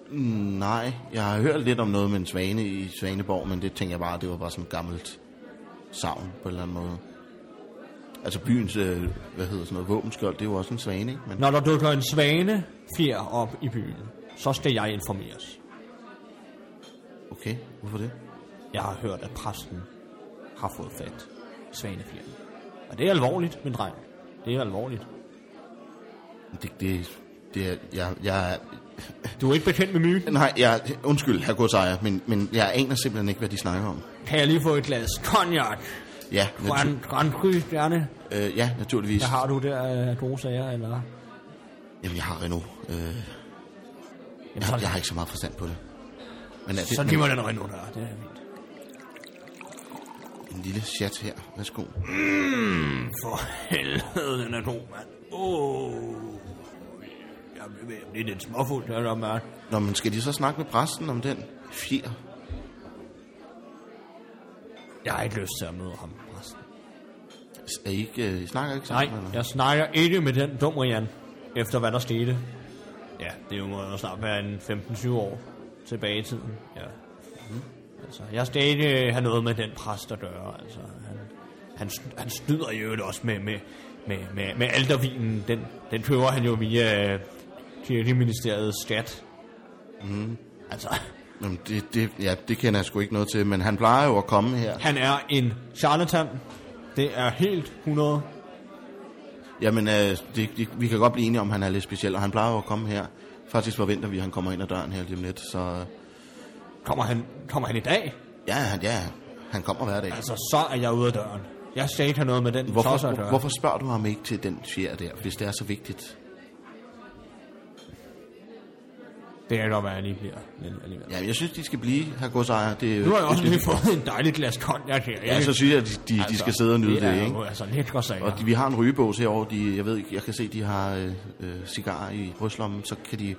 Speaker 1: nej, jeg har hørt lidt om noget med en svane i Svaneborg, men det tænker jeg bare, det var bare sådan et gammelt savn på en eller anden måde. Altså byens, øh, hvad hedder sådan noget, våbenskjold, det er jo også en svane, ikke? Men
Speaker 2: Når der dukker en svane fjer op i byen, så skal jeg informeres.
Speaker 1: Okay, hvorfor det?
Speaker 2: Jeg har hørt, at præsten har fået fat svanefjerden. Og det er alvorligt, min dreng. Det er alvorligt.
Speaker 1: Det, det, det er, jeg, jeg,
Speaker 2: Du er ikke bekendt med myten.
Speaker 1: nej, jeg, undskyld, herr Godsejer, men, men jeg aner simpelthen ikke, hvad de snakker om.
Speaker 2: Kan jeg lige få et glas cognac?
Speaker 1: Ja,
Speaker 2: Grand,
Speaker 1: natu-
Speaker 2: Grand Cru, gerne.
Speaker 1: øh, ja naturligvis.
Speaker 2: Hvad har du der øh, gode sager, eller?
Speaker 1: Jamen, jeg har Renault. Øh,
Speaker 2: Jamen,
Speaker 1: jeg, har,
Speaker 2: så,
Speaker 1: jeg har ikke så meget forstand på det. Men er det
Speaker 2: så giv mig den Renault der. Det er fint.
Speaker 1: en lille chat her? Værsgo.
Speaker 2: For helvede, den er god, mand. Åh, oh, jeg bliver ved at blive lidt småfuld, det er der, mand.
Speaker 1: Nå, men skal de så snakke med præsten om den fjer?
Speaker 2: Jeg har ikke lyst til at møde ham, præsten.
Speaker 1: Er I ikke, øh, I snakker ikke
Speaker 2: Nej,
Speaker 1: sammen? eller?
Speaker 2: jeg snakker ikke med den dumme Jan, efter hvad der skete. Ja, det må jo snart være en 15-20 år tilbage i tiden. Ja. Mm. Altså, jeg skal ikke have noget med den præst at gøre. Altså, han, han, han snyder jo også med, med, med, med, med aldervinen. Den, den køber han jo via øh, kirkeministeriets skat. Mm. Altså,
Speaker 1: Nå, men det, det, ja, det kender jeg sgu ikke noget til, men han plejer jo at komme her.
Speaker 2: han er en charlatan. Det er helt 100
Speaker 1: Jamen, øh, det, det, vi kan godt blive enige om, at han er lidt speciel, og han plejer jo at komme her. Faktisk forventer vi, at han kommer ind ad døren her lige om lidt, så øh,
Speaker 2: Kommer han, kommer han i dag?
Speaker 1: ja, han- ja, han kommer hver dag.
Speaker 2: Altså, så er jeg ude af døren. Jeg skal ikke have noget med den
Speaker 1: Hvorfor,
Speaker 2: tosser at gøre.
Speaker 1: hvorfor spørger du ham ikke til den fjer der, hvis det er så vigtigt?
Speaker 2: Det er godt, hvad jeg lige bliver. Men alligevel.
Speaker 1: Ja, jeg synes, de skal blive, her godsejer. Det,
Speaker 2: Nu har jeg også
Speaker 1: det,
Speaker 2: lige fået en dejlig glas cognac her. Altså,
Speaker 1: Ja, så synes jeg, at de, de, de skal sidde og nyde det,
Speaker 2: er
Speaker 1: ikke?
Speaker 2: Jo, altså, lidt godt sagt.
Speaker 1: Og de, vi har en rygebås herovre, de, jeg ved ikke, jeg kan se, de har øh, øh, cigarer i brystlommen, så kan de...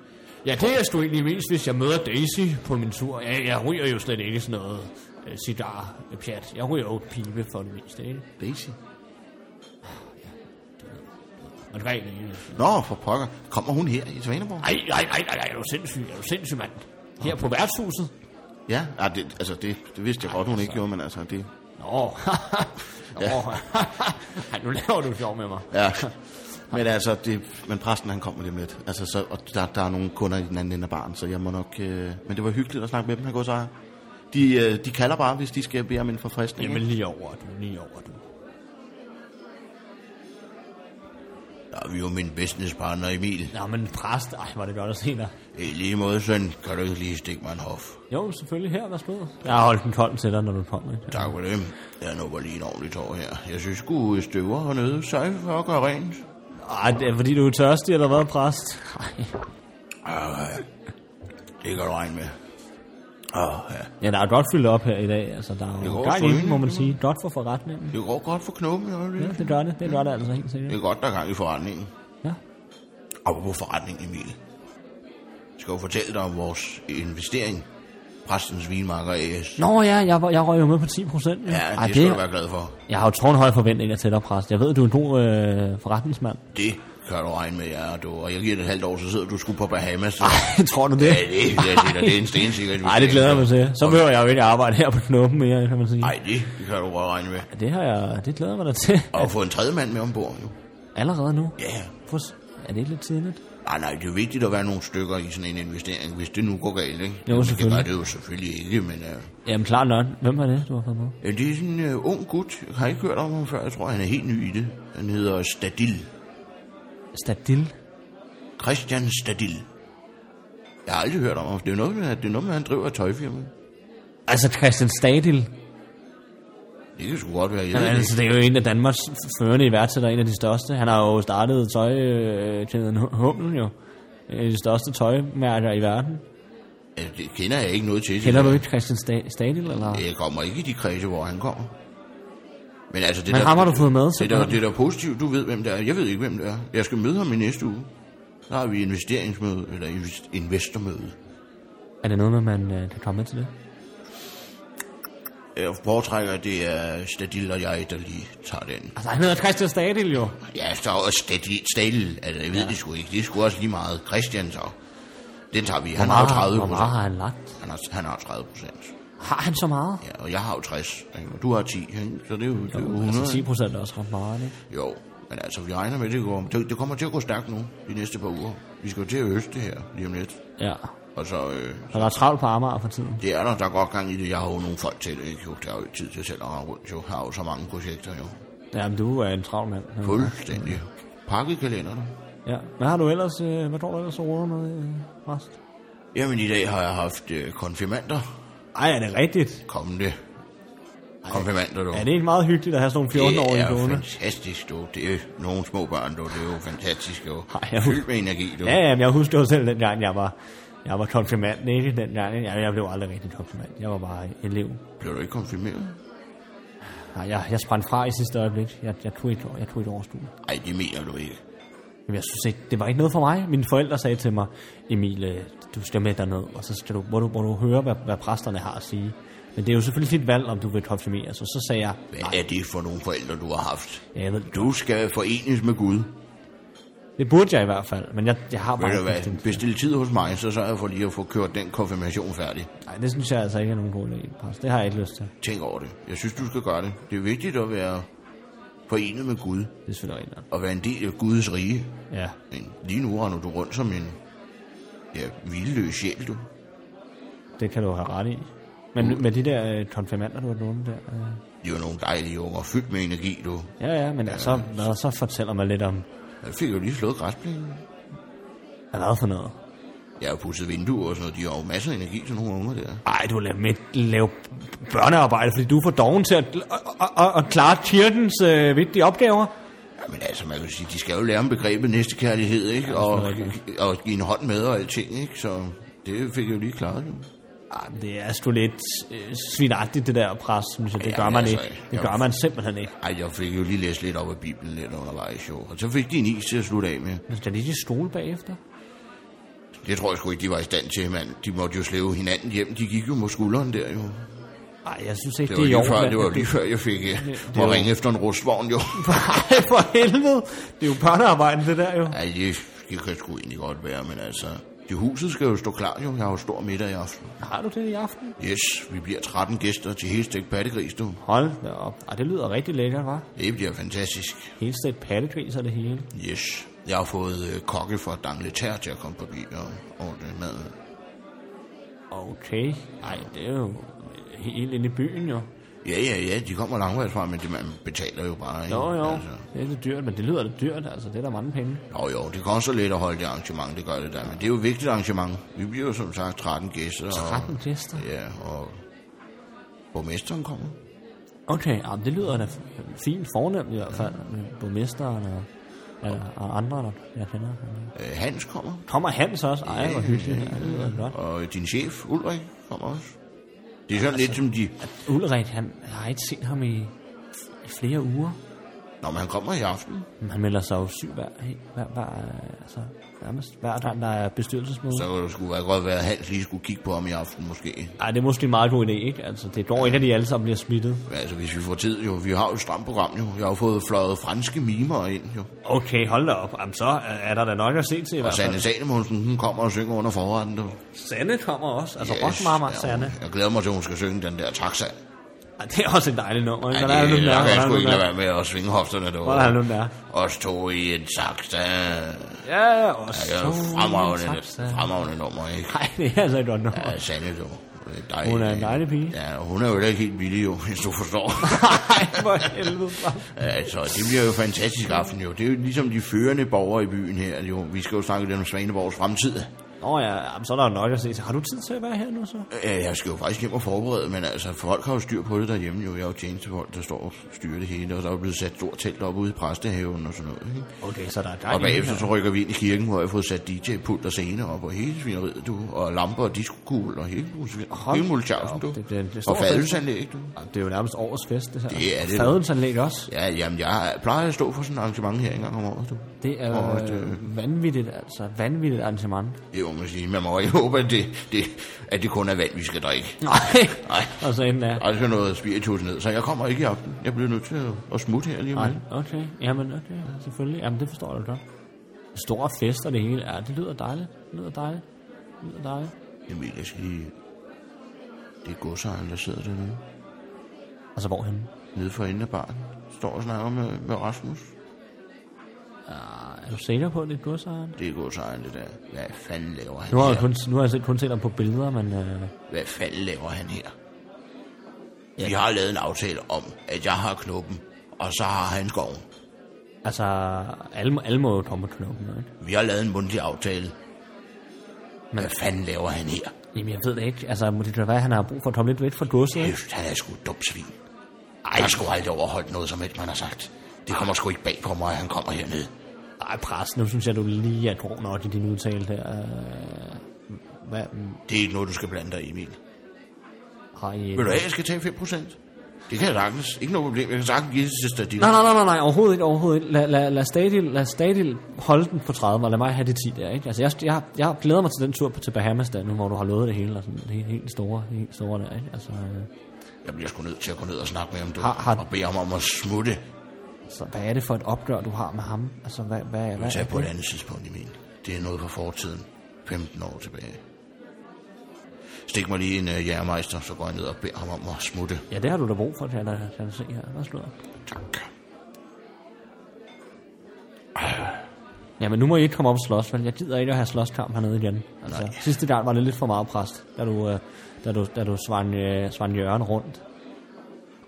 Speaker 2: Ja, det er sgu egentlig mest, hvis jeg møder Daisy på min tur. Jeg, jeg ryger jo slet ikke sådan noget øh, cigar øh, pjat. Jeg ryger jo pibe for det meste, ikke?
Speaker 1: Daisy?
Speaker 2: Men rent ikke.
Speaker 1: Nå, for pokker. Kommer hun her i Svaneborg?
Speaker 2: Ej, ej, ej, ej, ej, er du sindssyg? Er du sindssyg, mand? Her på værtshuset?
Speaker 1: Ja, ja det, altså det, det vidste jeg godt, hun ikke gjorde, men altså det...
Speaker 2: Nå, Nå. Ej, nu laver du sjov med mig.
Speaker 1: Ja. Men altså, det, men præsten han kommer lige om lidt. Altså, så, og der, der er nogle kunder i den anden ende af baren, så jeg må nok... Øh, men det var hyggeligt at snakke med dem, her godsejer. De, øh, de kalder bare, hvis de skal bede om en forfriskning.
Speaker 2: Jamen
Speaker 1: Jamen.
Speaker 2: lige over, du, lige over, du.
Speaker 1: Der er jo min businesspartner Emil.
Speaker 2: Nå, men præst, ej, var det godt at se dig.
Speaker 1: I lige måde, søn, kan du ikke lige stikke mig en hof?
Speaker 2: Jo, selvfølgelig her, værsgo. Jeg har holdt den kold til dig, når du kommer. Ikke?
Speaker 1: Tak for det. Jeg nu var lige en ordentlig tår her. Jeg synes sgu, støver hernede. Sej for at gøre rent.
Speaker 2: Ej, det er fordi, du er tørstig, eller hvad, præst? Ej.
Speaker 1: Det kan du regne med. Åh, ja.
Speaker 2: Ja, der er godt fyldt op her i dag. Altså, der er
Speaker 1: Det
Speaker 2: jo
Speaker 1: går
Speaker 2: gang
Speaker 1: for
Speaker 2: i den, må
Speaker 1: hende,
Speaker 2: man
Speaker 1: det
Speaker 2: sige. Godt for forretningen.
Speaker 1: Det går godt for knoppen i
Speaker 2: Ja,
Speaker 1: øjeblikket.
Speaker 2: det gør det. Det gør det altså helt
Speaker 1: Det
Speaker 2: sikkert.
Speaker 1: er godt, der er gang i forretningen.
Speaker 2: Ja.
Speaker 1: Apropos forretning, Emil. Jeg skal jo fortælle dig om vores investering. Præstens Vinmarker AS.
Speaker 2: Nå ja, jeg, var- jeg røg jo med på 10 procent.
Speaker 1: Ja, det, Ej, det skal du være glad for.
Speaker 2: Jeg har jo tårnhøje forventninger til dig, præst. Jeg ved, du er en god øh, forretningsmand.
Speaker 1: Det kan du regne med, ja. Du. Og jeg giver det et halvt år, så sidder du sgu på Bahamas. Så.
Speaker 2: tror du
Speaker 1: Ja, det, jeg siger dig, det er en stensikker investering.
Speaker 2: Nej, det glæder jeg mig til. Så behøver jeg jo ikke arbejde her på knuppen mere, kan man sige.
Speaker 1: Nej, det kan du godt regne med.
Speaker 2: Det har jeg, det glæder jeg mig da til.
Speaker 1: Og få en tredje mand med ombord, jo.
Speaker 2: Allerede nu.
Speaker 1: Ja, yeah.
Speaker 2: Prøv, s- er det ikke lidt tidligt?
Speaker 1: Nej, nej, det er vigtigt at være nogle stykker i sådan en investering, hvis det nu går galt, ikke?
Speaker 2: Jo, selvfølgelig.
Speaker 1: Det gør det jo selvfølgelig ikke, men uh,
Speaker 2: Jamen klart nok. Hvem var det, du har fået med?
Speaker 1: det er sådan en uh, ung gut. Jeg har ikke hørt om ham før. Jeg tror, han er helt ny i det. Han hedder Stadil.
Speaker 2: Stadil.
Speaker 1: Christian Stadil. Jeg har aldrig hørt om ham. Det er noget med, det er noget med at han driver et tøjfirma.
Speaker 2: Altså Christian Stadil.
Speaker 1: Det kan sgu godt være. Jeg
Speaker 2: Han,
Speaker 1: ved
Speaker 2: er-
Speaker 1: det
Speaker 2: altså,
Speaker 1: ikke.
Speaker 2: det er jo en af Danmarks førende iværksættere, en af de største. Han har jo startet øh, tøjkæden Hummel jo. En af de største tøjmærker i verden.
Speaker 1: Altså, det kender jeg ikke noget til.
Speaker 2: Kender du ikke Christian Sta- Stadil? Eller?
Speaker 1: Jeg kommer ikke i de kredse, hvor han kommer. Men altså, det
Speaker 2: Men
Speaker 1: der,
Speaker 2: ham har du fået med,
Speaker 1: det, der,
Speaker 2: simpelthen?
Speaker 1: det der er positivt, du ved, hvem det er. Jeg ved ikke, hvem det er. Jeg skal møde ham i næste uge. Der har vi investeringsmøde, eller invest- investormøde.
Speaker 2: Er det noget, med, man øh, kan komme med til det?
Speaker 1: Jeg foretrækker, at det er Stadil og jeg, der lige tager den.
Speaker 2: Altså han hedder Christian Stadil jo.
Speaker 1: Ja, så er Stadil, Stadil altså jeg ved ja. det sgu ikke. Det er sgu også lige meget. Christian så. Den tager vi. Han har jo 30
Speaker 2: Hvor meget har han lagt?
Speaker 1: Han har, han har 30 procent.
Speaker 2: Har han så meget?
Speaker 1: Ja, og jeg har jo 60. ikke? Og du har 10, ikke? så det er jo, det er jo
Speaker 2: Altså 10
Speaker 1: 100.
Speaker 2: procent er også ret meget, ikke?
Speaker 1: Jo, Men altså, vi regner med, det, går, det, det kommer til at gå stærkt nu, de næste par uger. Vi skal jo til at øste her lige om lidt.
Speaker 2: Ja.
Speaker 1: Og så, øh,
Speaker 2: Og der er travlt på Amager for tiden.
Speaker 1: det er der, der er godt gang i det. Jeg har jo nogle folk til det, ikke? Jo, der er jo ikke tid til selv at rende rundt, jo. Jeg har jo så mange projekter, jo.
Speaker 2: Jamen, du er en travl mand. Ja.
Speaker 1: Fuldstændig. Pakkekalender, du.
Speaker 2: Ja. Hvad har du ellers, øh, hvad tror du ellers, du ruller med, øh, Rast?
Speaker 1: Jamen, i dag har jeg haft øh, konfirmander.
Speaker 2: Ej, er det rigtigt?
Speaker 1: Kommende konfirmander, du.
Speaker 2: Er det ikke meget hyggeligt at have sådan nogle 14-årige
Speaker 1: Det er jo
Speaker 2: gående?
Speaker 1: fantastisk, du. Det er nogle små børn, du. Det er jo fantastisk, jo.
Speaker 2: Ej, jeg-
Speaker 1: Fyldt med energi, du.
Speaker 2: Ja, ja, men jeg husker jo selv den gang, jeg var, jeg var konfirmand, ikke? Den gang, ikke? jeg, jeg blev aldrig rigtig konfirmand. Jeg var bare elev.
Speaker 1: Blev du ikke konfirmeret?
Speaker 2: Nej, jeg, jeg sprang fra i sidste øjeblik. Jeg, jeg tog et, år- jeg tog et årstue.
Speaker 1: Ej, det mener du ikke.
Speaker 2: Jamen, jeg synes ikke, det var ikke noget for mig. Mine forældre sagde til mig, Emil, øh, du skal med derned, og så skal du, må, du, må du høre, hvad, hvad præsterne har at sige. Men det er jo selvfølgelig dit valg, om du vil konfirmeres. Og så sagde jeg,
Speaker 1: Hvad er det for nogle forældre, du har haft?
Speaker 2: ja, jeg ved,
Speaker 1: Du skal forenes med Gud.
Speaker 2: det burde jeg i hvert fald, men jeg, jeg har bare
Speaker 1: Ved du
Speaker 2: ikke
Speaker 1: hvad?
Speaker 2: bestemt.
Speaker 1: Bestil tid hos mig, så sørger jeg for lige at få kørt den konfirmation færdig.
Speaker 2: Nej, det synes jeg altså ikke er nogen god idé, præst. Det har jeg ikke lyst til.
Speaker 1: Tænk over det. Jeg synes, du skal gøre det. Det er vigtigt at være forenet med Gud
Speaker 2: Det er selvfølgelig ikke
Speaker 1: og være en del af Guds rige.
Speaker 2: Ja,
Speaker 1: Men lige nu render du rundt som en ja, vildløs sjæl, du.
Speaker 2: det kan du have ret i. Men med de der øh, konfirmander, du har lånt der... Øh,
Speaker 1: Det er jo nogle dejlige unger, fyldt med energi, du.
Speaker 2: ja, ja, men altså, hvad, så fortæller mig lidt om,
Speaker 1: Jeg fik jo lige slået græsplænen.
Speaker 2: hvad for noget.
Speaker 1: Jeg har pudset vinduer og sådan noget. De har jo masser af energi, sådan nogle unger der.
Speaker 2: Ej, du laver midt lave børnearbejde, fordi du er for doven til at, at, at, at klare kirkens øh, vigtige opgaver.
Speaker 1: Men altså, man kan sige, de skal jo lære om begrebet næstekærlighed, ikke? Og, og give en hånd med og alting, ikke? Så det fik jeg jo lige klaret, jo.
Speaker 2: Ej, men det er sgu lidt øh, svinagtigt, det der pres, synes jeg. Det
Speaker 1: Ja,
Speaker 2: gør man
Speaker 1: altså,
Speaker 2: ikke. Det
Speaker 1: jeg-
Speaker 2: gør man simpelthen ikke.
Speaker 1: Ej, jeg fik jo lige læst lidt op af Bibelen lidt undervejs, jo. Og så fik de en is til at slutte af med.
Speaker 2: Men skal de ikke i skole bagefter?
Speaker 1: Det tror jeg sgu ikke, de var i stand til, mand. De måtte jo slæve hinanden hjem. De gik jo mod skulderen der, jo.
Speaker 2: Nej, jeg synes
Speaker 1: Det
Speaker 2: ikke, det,
Speaker 1: var
Speaker 2: er i
Speaker 1: lige
Speaker 2: orden.
Speaker 1: før,
Speaker 2: mand.
Speaker 1: det var lige før jeg fik eh,
Speaker 2: det
Speaker 1: må
Speaker 2: var-
Speaker 1: ringe efter en rustvogn, jo.
Speaker 2: Ej, for helvede. Det er jo børnearbejde, det der jo.
Speaker 1: Ej, det, det kan sgu egentlig godt være, men altså... Det huset skal jo stå klar, jo. Jeg har jo stor middag i aften.
Speaker 2: Har du det i aften?
Speaker 1: Yes, vi bliver 13 gæster til hele stik pattegris, du.
Speaker 2: Hold da op. Ej, det lyder rigtig lækkert, hva'?
Speaker 1: Det bliver fantastisk.
Speaker 2: Helt stedt pattegris og det hele.
Speaker 1: Yes. Jeg har fået øh, kokke fra Dangletær til at komme forbi og ordne maden.
Speaker 2: Okay. Nej, det er jo helt inde i byen, jo.
Speaker 1: Ja, ja, ja, de kommer langvejs fra, men det, man betaler jo bare, ikke?
Speaker 2: Jo, jo.
Speaker 1: Altså.
Speaker 2: Det er lidt dyrt, men det lyder lidt dyrt, altså. Det er der mange penge.
Speaker 1: Nå jo, det koster lidt at holde det arrangement, det gør det der, men det er jo et vigtigt arrangement. Vi bliver jo som sagt 13 gæster,
Speaker 2: 13
Speaker 1: og,
Speaker 2: gæster.
Speaker 1: ja, og borgmesteren kommer.
Speaker 2: Okay, jamen, det lyder da fint fornemt i hvert fald. Med borgmesteren og, ja, og andre, der jeg kender.
Speaker 1: Øh, Hans kommer,
Speaker 2: Kommer Hans også? Ej, hvor hyggeligt. Ja, det lyder godt.
Speaker 1: og din chef, Ulrik, kommer også. Det er sådan
Speaker 2: altså-
Speaker 1: lidt som de...
Speaker 2: Ulrik, han, jeg har ikke set ham i, i flere uger.
Speaker 1: Nå, men han kommer i aften,
Speaker 2: Men han melder sig jo syg hver, hver, hver, altså, nærmest hver gang, der er bestyrelsesmøde.
Speaker 1: så kunne det sgu være godt være, at Hans lige skulle kigge på ham i aften måske.
Speaker 2: Ej, det er måske en meget god idé, ikke? Altså, det går ikke, at de alle sammen bliver smittet.
Speaker 1: Men Altså, hvis vi får tid, jo. Vi har jo et stramt program, jo. Jeg har jo fået fløjet franske mimer ind, jo.
Speaker 2: Okay, hold da op. Jamen, så er er der da nok at se til i
Speaker 1: Og
Speaker 2: hvert fald.
Speaker 1: Sanne Salomonsen, hun kommer og synger under forretten, du.
Speaker 2: Sanne kommer også. Altså, yes,
Speaker 1: ja,
Speaker 2: Rockmama Sanne.
Speaker 1: hun- Jeg glæder mig til, at hun skal synge den der taxa. Ej,
Speaker 2: Ej, det er også et dejligt nummer. Ikke?
Speaker 1: det,
Speaker 2: Hvordan er det, nu, den
Speaker 1: der
Speaker 2: er?
Speaker 1: kan jeg
Speaker 2: Hvordan
Speaker 1: sgu ikke lade
Speaker 2: er
Speaker 1: være med at svinge hofterne, du.
Speaker 2: Hvordan er det, den er?
Speaker 1: Os to i en taxa.
Speaker 2: Ja, og
Speaker 1: Det
Speaker 2: så...
Speaker 1: er jo fremragende,
Speaker 2: Taxa.
Speaker 1: fremragende nummer, ikke?
Speaker 2: Nej, det er altså et godt nummer.
Speaker 1: Ja, Sanne, du. Det er dejligt,
Speaker 2: Hun er en
Speaker 1: ikke?
Speaker 2: dejlig pige.
Speaker 1: Ja, og hun er jo heller ikke helt billig, jo, hvis du forstår.
Speaker 2: Nej, for helvede. mand.
Speaker 1: altså, det bliver jo fantastisk aften, jo. Det er jo ligesom de førende borgere i byen her, jo. Vi skal jo snakke lidt om Svaneborgs fremtid.
Speaker 2: Nå ja, jamen, så er der jo nok at se til. Har du tid til at være her nu så?
Speaker 1: Øh, Jeg skal jo faktisk hjem og forberede, men altså, folk har jo styr på det derhjemme. Jo. Jeg er jo tjenestefolk, der står og styrer det hele, og der er jo blevet sat stort telt op ude i præstehaven og sådan noget. Ikke?
Speaker 2: Okay, så der er dig.
Speaker 1: Øh. Og bagefter så rykker vi ind i kirken, hvor jeg har fået sat DJ-pult og scener op, og hele svineriet, du, og lamper og diskokugle, og hele,
Speaker 2: Hold
Speaker 1: hele
Speaker 2: da
Speaker 1: multjavsen,
Speaker 2: op,
Speaker 1: du.
Speaker 2: det- det- det står
Speaker 1: og fadelsanlæg, du.
Speaker 2: Det er jo nærmest årets fest, det her.
Speaker 1: Det er det.
Speaker 2: Fadensanlæg også.
Speaker 1: Ja, jamen, jeg plejer at stå for sådan et arrangement her en gang om året, du.
Speaker 2: Det er
Speaker 1: Og
Speaker 2: jo øh, vanvittigt, altså. Vanvittigt arrangement.
Speaker 1: Det må man sige. Man må ikke håbe, at det, det, at det kun er vand, vi skal drikke.
Speaker 2: Nej.
Speaker 1: Nej.
Speaker 2: Og så enden er...
Speaker 1: Der skal noget spiritus ned, så jeg kommer ikke i aften. Jeg bliver nødt til at, at smutte her lige om
Speaker 2: Nej,
Speaker 1: lidt.
Speaker 2: okay. Jamen, okay. Selvfølgelig. Jamen, det forstår jeg da godt. Store fester, det hele. Ja, det lyder dejligt. Det lyder dejligt. Det lyder dejligt.
Speaker 1: Emil, jeg skal lige... Det er godsejeren, der sidder dernede.
Speaker 2: Altså, hvorhen?
Speaker 1: Nede for enden af baren. Står og snakker med, med Rasmus.
Speaker 2: Er du sikker på, at det er godsejeren?
Speaker 1: Det er godsejeren, det der. Hvad fanden laver han
Speaker 2: Nu har, jeg
Speaker 1: her?
Speaker 2: kun, nu har jeg selv kun set ham på billeder, men øh,
Speaker 1: Hvad fanden laver han her? Vi har lavet en aftale om, at jeg har knuppen, og så har han skoven.
Speaker 2: altså, alle, må- alle må jo komme på knoppen, ikke?
Speaker 1: Vi har lavet en mundtlig aftale.
Speaker 2: Men-
Speaker 1: Men hvad fanden laver han her?
Speaker 2: Jamen, jeg ved det ikke. Altså, må det kan være, at han har brug for at komme lidt væk fra godset, ikke?
Speaker 1: Øft, han er sgu et dumt svin. Ej, jeg skulle aldrig overholdt noget, som helst man har sagt. Det kommer sgu ikke bag på mig, at han kommer herned.
Speaker 2: Ej, pres, nu synes jeg, du lige er grov nok i din udtale der. Øh, Hvad? mm,
Speaker 1: Det er ikke noget, du skal blande dig i, Emil.
Speaker 2: Har I...
Speaker 1: Vil du have, jeg skal tage 5%? Det kan jeg sagtens. Ikke noget problem. Jeg kan sagtens give det til Stadil.
Speaker 2: Nej, nej, nej, nej, nej, overhovedet ikke, overhovedet ikke. Lad, lad, lad, Stadil, lad Stadil holde den på 30, og lad mig have de 10 der, ikke? Altså, jeg, jeg, jeg glæder mig til den tur på, til Bahamas der nu, hvor du har lovet det hele, og sådan helt, helt store, helt store der, ikke? Altså, øh,
Speaker 1: Jeg bliver sgu nødt til at gå ned og snakke med ham, du.
Speaker 2: Har- har-
Speaker 1: Og bede ham om at smutte.
Speaker 2: så hvad er det for et opgør, du har med ham? Altså, hvad, hvad, hvad, hvad
Speaker 1: Tag
Speaker 2: er
Speaker 1: på et
Speaker 2: det?
Speaker 1: andet tidspunkt, Emil. Det er noget fra fortiden. 15 år tilbage. Stik mig lige en uh, jægermeister, så går jeg ned og beder ham om at smutte.
Speaker 2: Ja, det har du da brug for, kan jeg da, kan jeg da se her. Hvad slår jeg?
Speaker 1: Tak.
Speaker 2: Jamen, nu må I ikke komme op og slås, vel? Jeg gider ikke at have slåskamp hernede igen. Altså,
Speaker 1: Nej.
Speaker 2: sidste gang var det lidt for meget præst, da du, øh, da du, da du svang, øh, svang Jørgen rundt.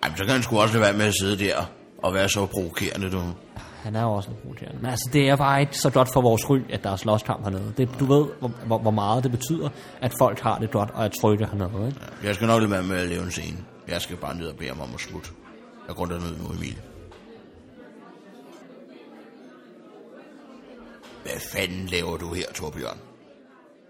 Speaker 1: Ej, men så kan han sgu også lade være med at sidde der og være så provokerende, du.
Speaker 2: Han er jo også en provokerende. Men altså, det er bare ikke så godt for vores ry, at der er slåskamp hernede. Det, du ved, hvor, hvor, hvor meget det betyder, at folk har det godt og er trygge hernede. Ikke?
Speaker 1: Jeg skal nok lade være med at lave en scene. Jeg skal bare ned og bede ham om at smutte. Jeg går derned nu, Emil. Hvad fanden laver du her, Torbjørn?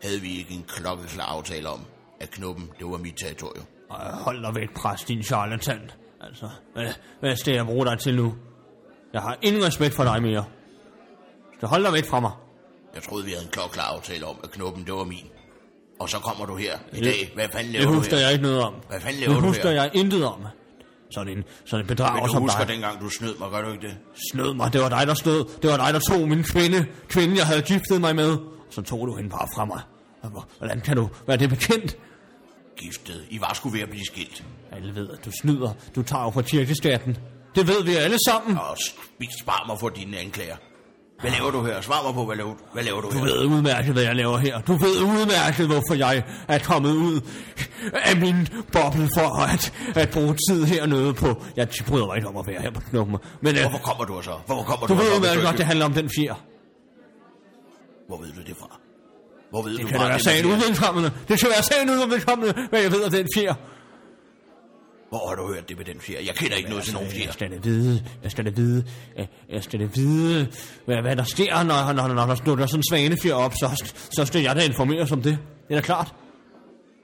Speaker 1: Havde vi ikke en klokkeklar aftale om, at knuppen, det var mit territorium?
Speaker 2: Og hold dig væk, præst, din charlatan. Altså, hvad, hvad er det, jeg bruger dig til nu? Jeg har ingen respekt for dig mere. Så hold dig væk fra mig.
Speaker 1: Jeg troede, vi havde en klokkeklar aftale om, at knuppen, det var min. Og så kommer du her i
Speaker 2: Det-
Speaker 1: dag. Hvad fanden laver
Speaker 2: Det
Speaker 1: du
Speaker 2: husker
Speaker 1: her?
Speaker 2: jeg ikke noget om.
Speaker 1: Hvad fanden laver
Speaker 2: Det
Speaker 1: du
Speaker 2: husker
Speaker 1: her?
Speaker 2: jeg intet om. Sådan en, sådan en bedrager
Speaker 1: Men du
Speaker 2: som
Speaker 1: husker
Speaker 2: dig.
Speaker 1: dengang, du snød mig, gør du ikke det?
Speaker 2: Snød mig, det var dig, der snød. Det var dig, der tog min kvinde. Kvinden, jeg havde giftet mig med. Så tog du hende bare fra mig. Hvor- Hvordan kan du være det bekendt?
Speaker 1: Giftet. I var sgu ved at blive skilt.
Speaker 2: Alle ved, at du snyder. Du tager jo fra kirkeskatten. Det ved vi alle sammen.
Speaker 1: Og sp- spar mig for dine anklager. Hvad laver du her? Svar mig på, hvad laver du, hvad laver du
Speaker 2: Du
Speaker 1: her?
Speaker 2: ved udmærket, hvad jeg laver her. Du ved udmærket, hvorfor jeg er kommet ud af min boble for at, at bruge tid hernede på. Jeg bryder mig ikke om at være her på knuppen. Men øh,
Speaker 1: Hvorfor kommer du her så? Hvorfor kommer
Speaker 2: du
Speaker 1: du, her
Speaker 2: ved
Speaker 1: så,
Speaker 2: udmærket
Speaker 1: hvis
Speaker 2: godt, det
Speaker 1: ikke-
Speaker 2: handler om den fjer.
Speaker 1: Hvor ved du det fra? Hvor ved du
Speaker 2: Kan
Speaker 1: fra,
Speaker 2: det være
Speaker 1: er
Speaker 2: sagen
Speaker 1: med
Speaker 2: uden
Speaker 1: fjer?
Speaker 2: vedkommende? Det skal være sagen uden vedkommende, hvad jeg ved om den fjer.
Speaker 1: Hvor har du hørt det med den fjer? Jeg kender ikke noget til nogen fjer.
Speaker 2: Jeg skal da vide, jeg skal da vide, øh, jeg skal da vide, hvad, hvad der sker, når, når, når, når, når der er sådan en svanefjer op, så, så skal jeg da informeres om det. Det er da klart.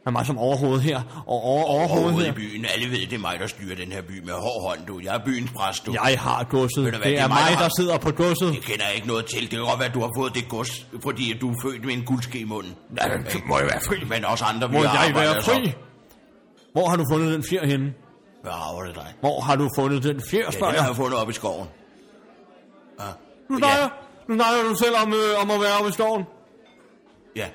Speaker 2: Han er mig som overhovedet her, og over, overhovedet
Speaker 1: Overhovedet i
Speaker 2: her.
Speaker 1: byen. Alle ved, det er mig, der styrer den her by med hård hånd, du. Jeg er byens præst, du.
Speaker 2: Jeg har godset.
Speaker 1: Ved du
Speaker 2: Det,
Speaker 1: hvad, det
Speaker 2: er mig, der
Speaker 1: har-
Speaker 2: sidder på godset.
Speaker 1: Det kender jeg ikke noget til. Det kan godt være, at du har fået det gods, fordi at du er født med en guldske i munden.
Speaker 2: Ja, men så må jeg være fri.
Speaker 1: Men også andre, vi
Speaker 2: Må
Speaker 1: har
Speaker 2: jeg
Speaker 1: arbejdet
Speaker 2: være
Speaker 1: os op.
Speaker 2: fri? Hvor har du fundet den fjer henne?
Speaker 1: Hvad arver det dig?
Speaker 2: Hvor har du fundet den fjer,
Speaker 1: Ja,
Speaker 2: spørger
Speaker 1: den har
Speaker 2: jeg.
Speaker 1: jeg fundet op i skoven. Ja.
Speaker 2: Nu
Speaker 1: Ja.
Speaker 2: nejer, nu nejer du selv om, øh, om at være oppe i skoven.
Speaker 1: Ja.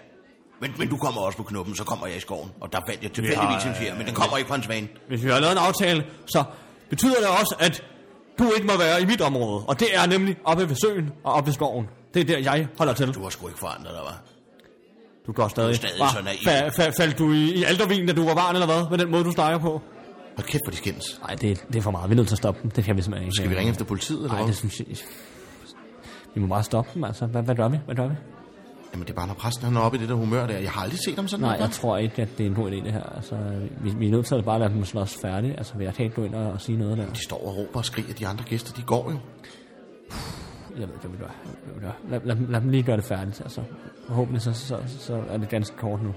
Speaker 1: Men, men du kommer også på knuppen, så kommer jeg i skoven. Og der fandt jeg tilfældigvis en fjer, men den kommer ikke fra en svane.
Speaker 2: Hvis vi har lavet en aftale, så betyder det også, at du ikke må være i mit område. Og det er nemlig oppe ved søen og oppe ved skoven. Det er der, jeg holder til.
Speaker 1: Du har sgu ikke forandret dig, var.
Speaker 2: Du går stadig.
Speaker 1: stadig
Speaker 2: Hva?
Speaker 1: så naiv.
Speaker 2: Fa- fa- faldt du i, i aldervin, da du var barn, eller hvad? Med den måde, du snakker på?
Speaker 1: Og kæft, hvor de skændes.
Speaker 2: Nej, det, det er for meget. Vi er nødt til at stoppe dem. Det kan vi simpelthen ikke.
Speaker 1: efter politiet,
Speaker 2: Nej, det synes jeg... Vi må bare stoppe dem, altså. Hvad, hvad gør vi? Hvad gør vi?
Speaker 1: Jamen, det er bare, når præsten han er oppe i det der humør der. Jeg har aldrig set ham sådan.
Speaker 2: Nej, jeg tror ikke, at det er en god idé, det her. Altså, vi, vi er nødt til at bare lade dem slås færdigt. Altså, jeg kan ikke gå ind og, og sige noget der.
Speaker 1: De står og råber og skriger, de andre gæster, de går jo.
Speaker 2: Jeg ved ikke, hvad vi gør. Jeg ved ikke, hvad vi gør. Lad, lad, lad dem lige gøre det færdigt, altså. Forhåbentlig så, så, så er det ganske kort nu.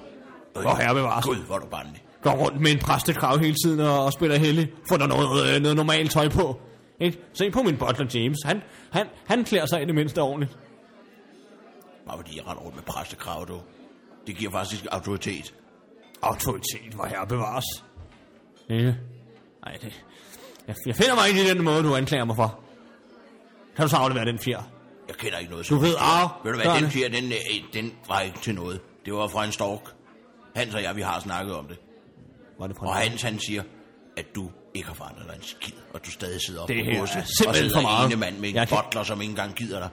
Speaker 2: Hvor herre bevares.
Speaker 1: Gud, hvor er du barnlig.
Speaker 2: Går rundt med en præstekrav hele tiden og, og spiller heldig. Får der noget, øh, noget normalt tøj på. Ikke? Se på min butler James. Han, han, han klæder sig i det mindste ordentligt.
Speaker 1: Bare fordi jeg render rundt med præstekrav, du. Det giver faktisk autoritet.
Speaker 2: Autoritet, hvor herre bevares. Ikke? Nej, det... Jeg, jeg finder mig ikke i den måde, du anklager mig for. Kan du så aflevere den fjer?
Speaker 1: Jeg kender ikke noget
Speaker 2: Du
Speaker 1: sådan.
Speaker 2: ved, arv.
Speaker 1: Ved du hvad, den fjer, den, øh, den var ikke til noget. Det var fra en stork. Hans og jeg, vi har snakket om det.
Speaker 2: Var det for
Speaker 1: Og
Speaker 2: en-
Speaker 1: Hans, han siger, at du ikke har forandret dig en skid, og du stadig sidder oppe
Speaker 2: Det
Speaker 1: på
Speaker 2: her er
Speaker 1: kurset, og
Speaker 2: simpelthen
Speaker 1: sidder
Speaker 2: for meget.
Speaker 1: ene mand med en
Speaker 2: Jeg
Speaker 1: jeg
Speaker 2: kan-
Speaker 1: butler, som ikke engang gider dig.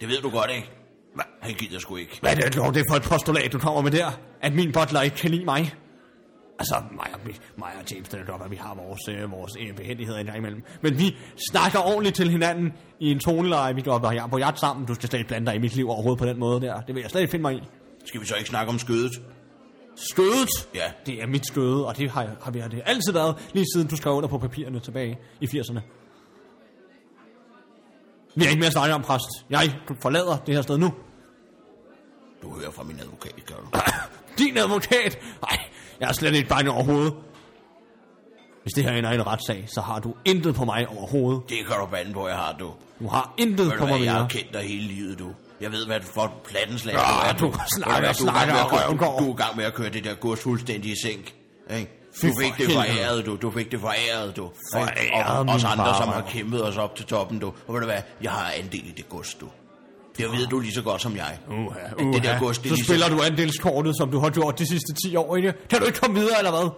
Speaker 1: Det ved du godt, ikke? Hva? Han gider sgu ikke.
Speaker 2: Hvad er det dog, det er for et postulat, du kommer med der? At min butler ikke kan lide mig? Altså, mig og, mig og James, det er godt, at vi har vores, øh, vores øh, behændigheder en gang imellem. Men vi snakker ordentligt til hinanden i en toneleje, vi går op og jeg er på jagt sammen. Du skal slet ikke blande dig i mit liv overhovedet på den måde der. Det vil jeg slet ikke finde mig i.
Speaker 1: Skal vi så ikke snakke om skødet?
Speaker 2: Skødet!
Speaker 1: Ja.
Speaker 2: Det er mit skøde, og det har, jeg- har vi har det altid været, lige siden du skrev under på papirerne tilbage i 80'erne. Vi har ikke mere at snakke om, præst. Jeg forlader det her sted nu.
Speaker 1: Du hører fra min advokat, gør du?
Speaker 2: Din advokat! Nej, jeg er slet ikke bare overhovedet. Hvis det her ender i en retssag, så har du intet på mig overhovedet.
Speaker 1: Det kan du bande på, jeg har, du.
Speaker 2: Du har intet
Speaker 1: Ved
Speaker 2: på
Speaker 1: du
Speaker 2: mig
Speaker 1: hvad, jeg
Speaker 2: mere.
Speaker 1: har kendt dig hele livet, du. Jeg ved, hvad for et plattenslag
Speaker 2: Ja,
Speaker 1: du er.
Speaker 2: du
Speaker 1: Ved
Speaker 2: snakker,
Speaker 1: du hvad, du, er i gang
Speaker 2: snakker,
Speaker 1: med at køre-
Speaker 2: røven går.
Speaker 1: du, du er i gang med at køre det der gods fuldstændig i sænk. Ikke?
Speaker 2: Fy
Speaker 1: Du
Speaker 2: for
Speaker 1: fik det
Speaker 2: helvede.
Speaker 1: foræret, du. Du fik det foræret, du. Ikke?
Speaker 2: Foræret,
Speaker 1: Og
Speaker 2: min
Speaker 1: os andre, som
Speaker 2: far.
Speaker 1: har kæmpet os op til toppen, du. Og ved du hvad, jeg har andel i det gods, du. Det ved du lige så godt som jeg. At
Speaker 2: Uha, uha.
Speaker 1: Det der gods, det er
Speaker 2: så
Speaker 1: lige
Speaker 2: spiller du andelskortet, som du har gjort de sidste 10 år, ikke? Kan du ikke komme videre, eller hvad?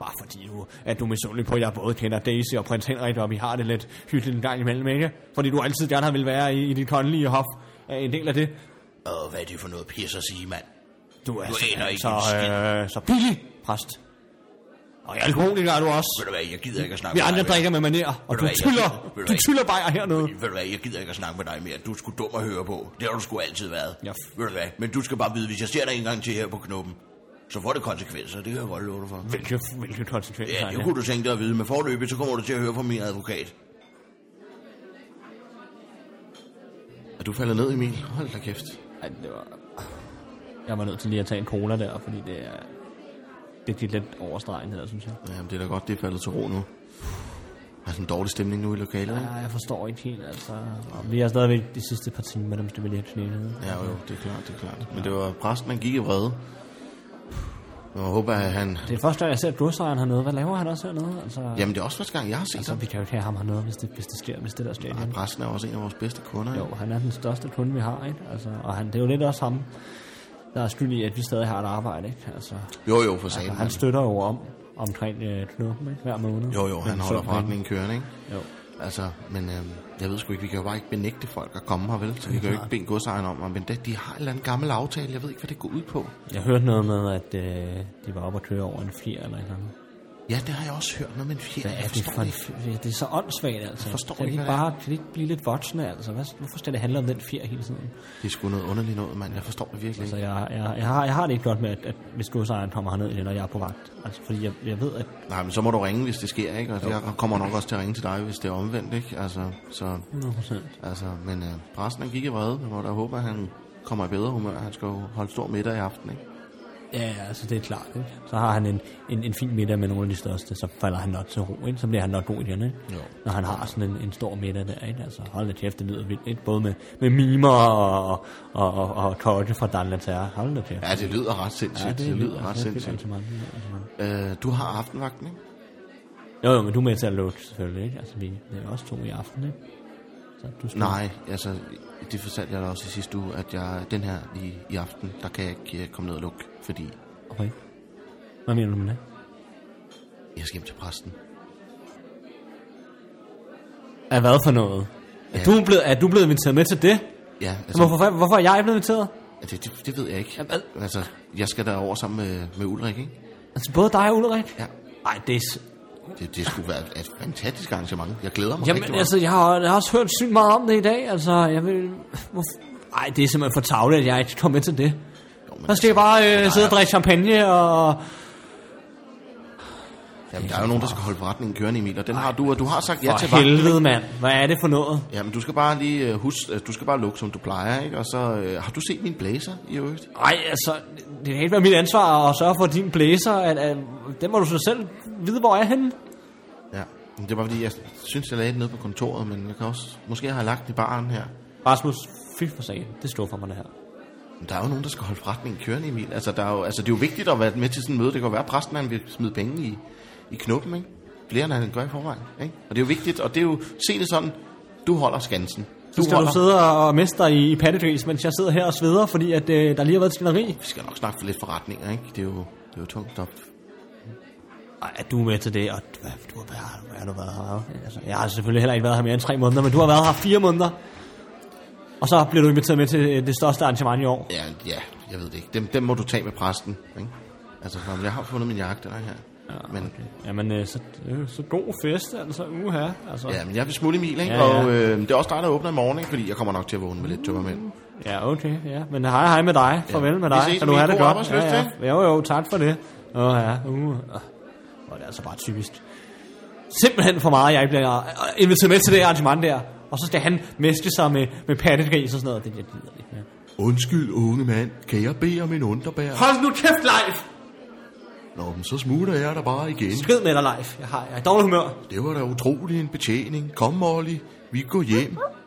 Speaker 2: Bare fordi du, at du er misundelig på, at jeg både kender Daisy og prins Henrik, og vi har det lidt hyggeligt en gang imellem, ikke? Fordi du altid gerne har vil være i, i dit kongelige hof. Er en del af det.
Speaker 1: Og hvad er det for noget pis at sige, mand?
Speaker 2: Du er
Speaker 1: Du
Speaker 2: simpelthen
Speaker 1: aner ikke
Speaker 2: så,
Speaker 1: en skid.
Speaker 2: øh, så billig, præst. Og alkoholiker er du også.
Speaker 1: Ved du hvad, jeg gider ikke at snakke
Speaker 2: Vi
Speaker 1: med
Speaker 2: andre
Speaker 1: dig mere.
Speaker 2: drikker med manér,
Speaker 1: Ved
Speaker 2: og du
Speaker 1: du hvad, jeg-
Speaker 2: tyller,
Speaker 1: ved du
Speaker 2: du
Speaker 1: hvad,
Speaker 2: tyller bare hernede.
Speaker 1: Ved du hvad, jeg gider ikke at snakke med dig mere. Du er sgu dum at høre på. Det har du sgu altid været.
Speaker 2: Ja.
Speaker 1: Ved du hvad, men du skal bare vide, hvis jeg ser dig en gang til her på knuppen, så får det konsekvenser. Det kan jeg godt love dig for.
Speaker 2: Hvilke, hvilke konsekvenser
Speaker 1: Ja,
Speaker 2: er
Speaker 1: det kunne du tænke dig at vide. Med forløbet, så kommer du til at høre fra min advokat. Er du faldet ned, Emil? Hold da kæft.
Speaker 2: Ej, det var... Jeg var nødt til lige at tage en cola der, fordi det er... Det gik lidt overstregen her, synes jeg.
Speaker 1: Jamen, det er da godt, det er faldet til ro nu. Der er sådan en dårlig stemning nu i lokalet,
Speaker 2: Ja, jeg forstår ikke helt, altså. Og vi er stadigvæk de sidste par timer, dem skal vi lige have knælet.
Speaker 1: Ja, jo, det er klart, det er klart. Men det var præsten, han gik i vrede. Jeg håber, at han...
Speaker 2: Det er første gang, jeg ser godsejeren hernede. Hvad laver han også hernede? Altså, ja.
Speaker 1: Jamen, det er også første gang, jeg har set
Speaker 2: altså
Speaker 1: ham.
Speaker 2: vi kan jo ikke have ham hernede, hvis det, hvis det sker, hvis det der sker.
Speaker 1: Ja, præsten er jo også en af vores bedste kunder.
Speaker 2: Jo, han er den største kunde, vi har, ikke? Altså, og han, det er jo lidt også ham, der er skyld i, at vi stadig har et arbejde, ikke? Altså,
Speaker 1: jo, jo, for sagen.
Speaker 2: han støtter jo om omkring øh, knuppen, ikke? Hver måned.
Speaker 1: Jo, jo, han
Speaker 2: Men
Speaker 1: holder
Speaker 2: så-
Speaker 1: forretningen kørende, ikke?
Speaker 2: Jo.
Speaker 1: Altså, men øh, jeg ved sgu ikke, vi kan jo bare ikke benægte folk at komme her, vel? Så vi kan jo ikke bede godsejeren om, men det, de har en eller anden gammel aftale, jeg ved ikke, hvad det går ud på.
Speaker 2: Jeg hørte noget med, at øh, de var oppe at køre over en fjer eller et eller andet.
Speaker 1: Ja, det har jeg også hørt, noget med en fjerde.
Speaker 2: Hvad er det for en fjer? Det er så åndssvagt, altså.
Speaker 1: forstår
Speaker 2: kan
Speaker 1: ikke,
Speaker 2: de
Speaker 1: hvad det
Speaker 2: bare kan de ikke blive lidt voksne, altså? Hvad, hvorfor skal det handle om den fjer hele tiden?
Speaker 1: Det er sgu noget underligt noget, mand. Jeg forstår det virkelig
Speaker 2: Altså,
Speaker 1: ikke.
Speaker 2: jeg, jeg, jeg, har, jeg har det ikke godt med, at, at hvis godsejeren kommer herned, eller jeg er på vagt. Altså, fordi jeg, jeg ved, at
Speaker 1: Nej, men så må du ringe, hvis det sker, ikke? Og jeg kommer nok også til at ringe til dig, hvis det er omvendt, ikke? Altså, så...
Speaker 2: 100%
Speaker 1: Altså, men øh, præsten han gik i vrede, men må da håbe, at han kommer i bedre humør. Han skal jo holde stor middag i aften, ikke?
Speaker 2: Ja, ja, altså det er klart, ikke? Så har han en, en, en fin middag med nogle af de største, så falder han nok til ro, ikke? Så bliver han nok god igen, ikke?
Speaker 1: Jo.
Speaker 2: Når han har sådan en, en stor middag der, ikke? Altså hold da kæft, det lyder vildt, ikke? Både med, med mimer og, og, og, og kokke fra Dan Laterre. Hold da kæft.
Speaker 1: Ja, det lyder ret sindssygt. Ja, det, det lyder ret
Speaker 2: altså, det er
Speaker 1: sindssygt.
Speaker 2: arrangement, det er arrangement.
Speaker 1: Øh, du har aftenvagten, ikke?
Speaker 2: Jo, jo, men du er med til at lukke, selvfølgelig, ikke? Altså vi det er jo også to i aften, ikke? Så du skal...
Speaker 1: Nej, altså, det fortalte jeg dig også i sidste uge, at jeg den her i, i aften, der kan jeg ikke øh, komme ned og lukke, fordi
Speaker 2: Okay. Hvad mener du med det?
Speaker 1: jeg skal hjem til præsten.
Speaker 2: Er hvad for noget? Er,
Speaker 1: Ja.
Speaker 2: du blevet, er du blevet inviteret med til det?
Speaker 1: Ja, altså,
Speaker 2: Hvorfor, hvorfor er jeg blevet inviteret?
Speaker 1: det, det, det ved jeg ikke.
Speaker 2: Jamen,
Speaker 1: Altså, jeg skal derover sammen med, med Ulrik, ikke?
Speaker 2: Altså både dig og Ulrik?
Speaker 1: Ja.
Speaker 2: Ej, det er... s-
Speaker 1: Det, det skulle være et fantastisk arrangement. Jeg glæder mig rigtig
Speaker 2: Jamen,
Speaker 1: meget.
Speaker 2: altså, jeg har, jeg har også hørt sygt meget om det i dag, altså, jeg vil... Hvorfor? Ej, det er simpelthen for tavlet, at jeg ikke kom med til det.
Speaker 1: Jo, men altså,
Speaker 2: Så skal jeg bare øh, sidde og drikke champagne og...
Speaker 1: Jamen, der er jo nogen, der skal holde forretningen kørende, Emil, og den har du, og du har sagt ja til
Speaker 2: For
Speaker 1: vagten.
Speaker 2: helvede, mand. Hvad er det for noget?
Speaker 1: Jamen, du skal bare lige øh, huske, øh, du skal bare lukke, som du plejer, ikke? Og så, øh, har du set min blazer i øvrigt?
Speaker 2: Ej, altså, det kan ikke være mit ansvar at sørge for din blæser. At, at, den må du så selv vide, hvor er henne.
Speaker 1: Ja. Men Det var fordi, jeg synes, jeg lagde den nede på kontoret, men jeg kan også, måske har jeg lagt den i baren her.
Speaker 2: Rasmus, fy for sagen. Det står for mig, det her.
Speaker 1: Men der er jo nogen, der skal holde forretningen kørende, Emil. Altså, der er jo, altså, det er jo vigtigt at være med til sådan et møde. Det kan jo være, at præsten han vil smide penge i, i knuppen, ikke? Flere, end han gør i forvejen, ikke? Og det er jo vigtigt, og det er jo, se det sådan, du holder skansen.
Speaker 2: Så skal du sidde og miste dig i, i pattegris, mens jeg sidder her og sveder, fordi at, øh, der lige har været et skænderi.
Speaker 1: Vi skal nok snakke for lidt forretninger, ikke? Det er jo, det er jo tungt stof.
Speaker 2: Ej, at du er med til det, og du, du, hvad, har du, hvad har du været her? Altså, jeg har selvfølgelig heller ikke været her mere end tre måneder, men du har været her fire måneder. Og så bliver du inviteret med til øh, det største arrangement i år.
Speaker 1: Ja, ja, jeg ved det ikke. Dem, dem må du tage med præsten. Ikke? Altså, nå, men jeg har fundet min jakke, den er her. Ja, men, okay.
Speaker 2: Jamen, øh, så, øh, så god fest, altså. Uha, altså.
Speaker 1: ja, men jeg vil smutte Emil, ikke? Ja,
Speaker 2: Ja, ja.
Speaker 1: ja. og øh, det er også dig, der åbner i morgen, ikke? fordi jeg kommer nok til at vågne med lidt tømmermænd.
Speaker 2: Ja, okay, ja. Men hej, hej med dig. Farvel
Speaker 1: Ja.
Speaker 2: med
Speaker 1: Vi
Speaker 2: dig.
Speaker 1: ses,
Speaker 2: Kan du
Speaker 1: Emil.
Speaker 2: have det
Speaker 1: God
Speaker 2: godt?
Speaker 1: arbejdsløst,
Speaker 2: ja, ja. Jo, jo, tak for det. Åh, ja. Uh. Og det er altså bare typisk. Simpelthen for meget, jeg ikke bliver øh, inviteret med til det arrangement der. Og så skal han meske sig med, med pattegris og sådan noget. Det jeg gider ikke mere.
Speaker 1: Undskyld, unge mand. Kan jeg bede om en underbær?
Speaker 2: Hold nu kæft, Leif!
Speaker 1: Nå, men så smutter jeg der bare igen.
Speaker 2: Skrid med dig, Leif. Jeg har jeg er i dårlig humør.
Speaker 1: Det var da utrolig en betjening. Kom, Molly. Vi går hjem.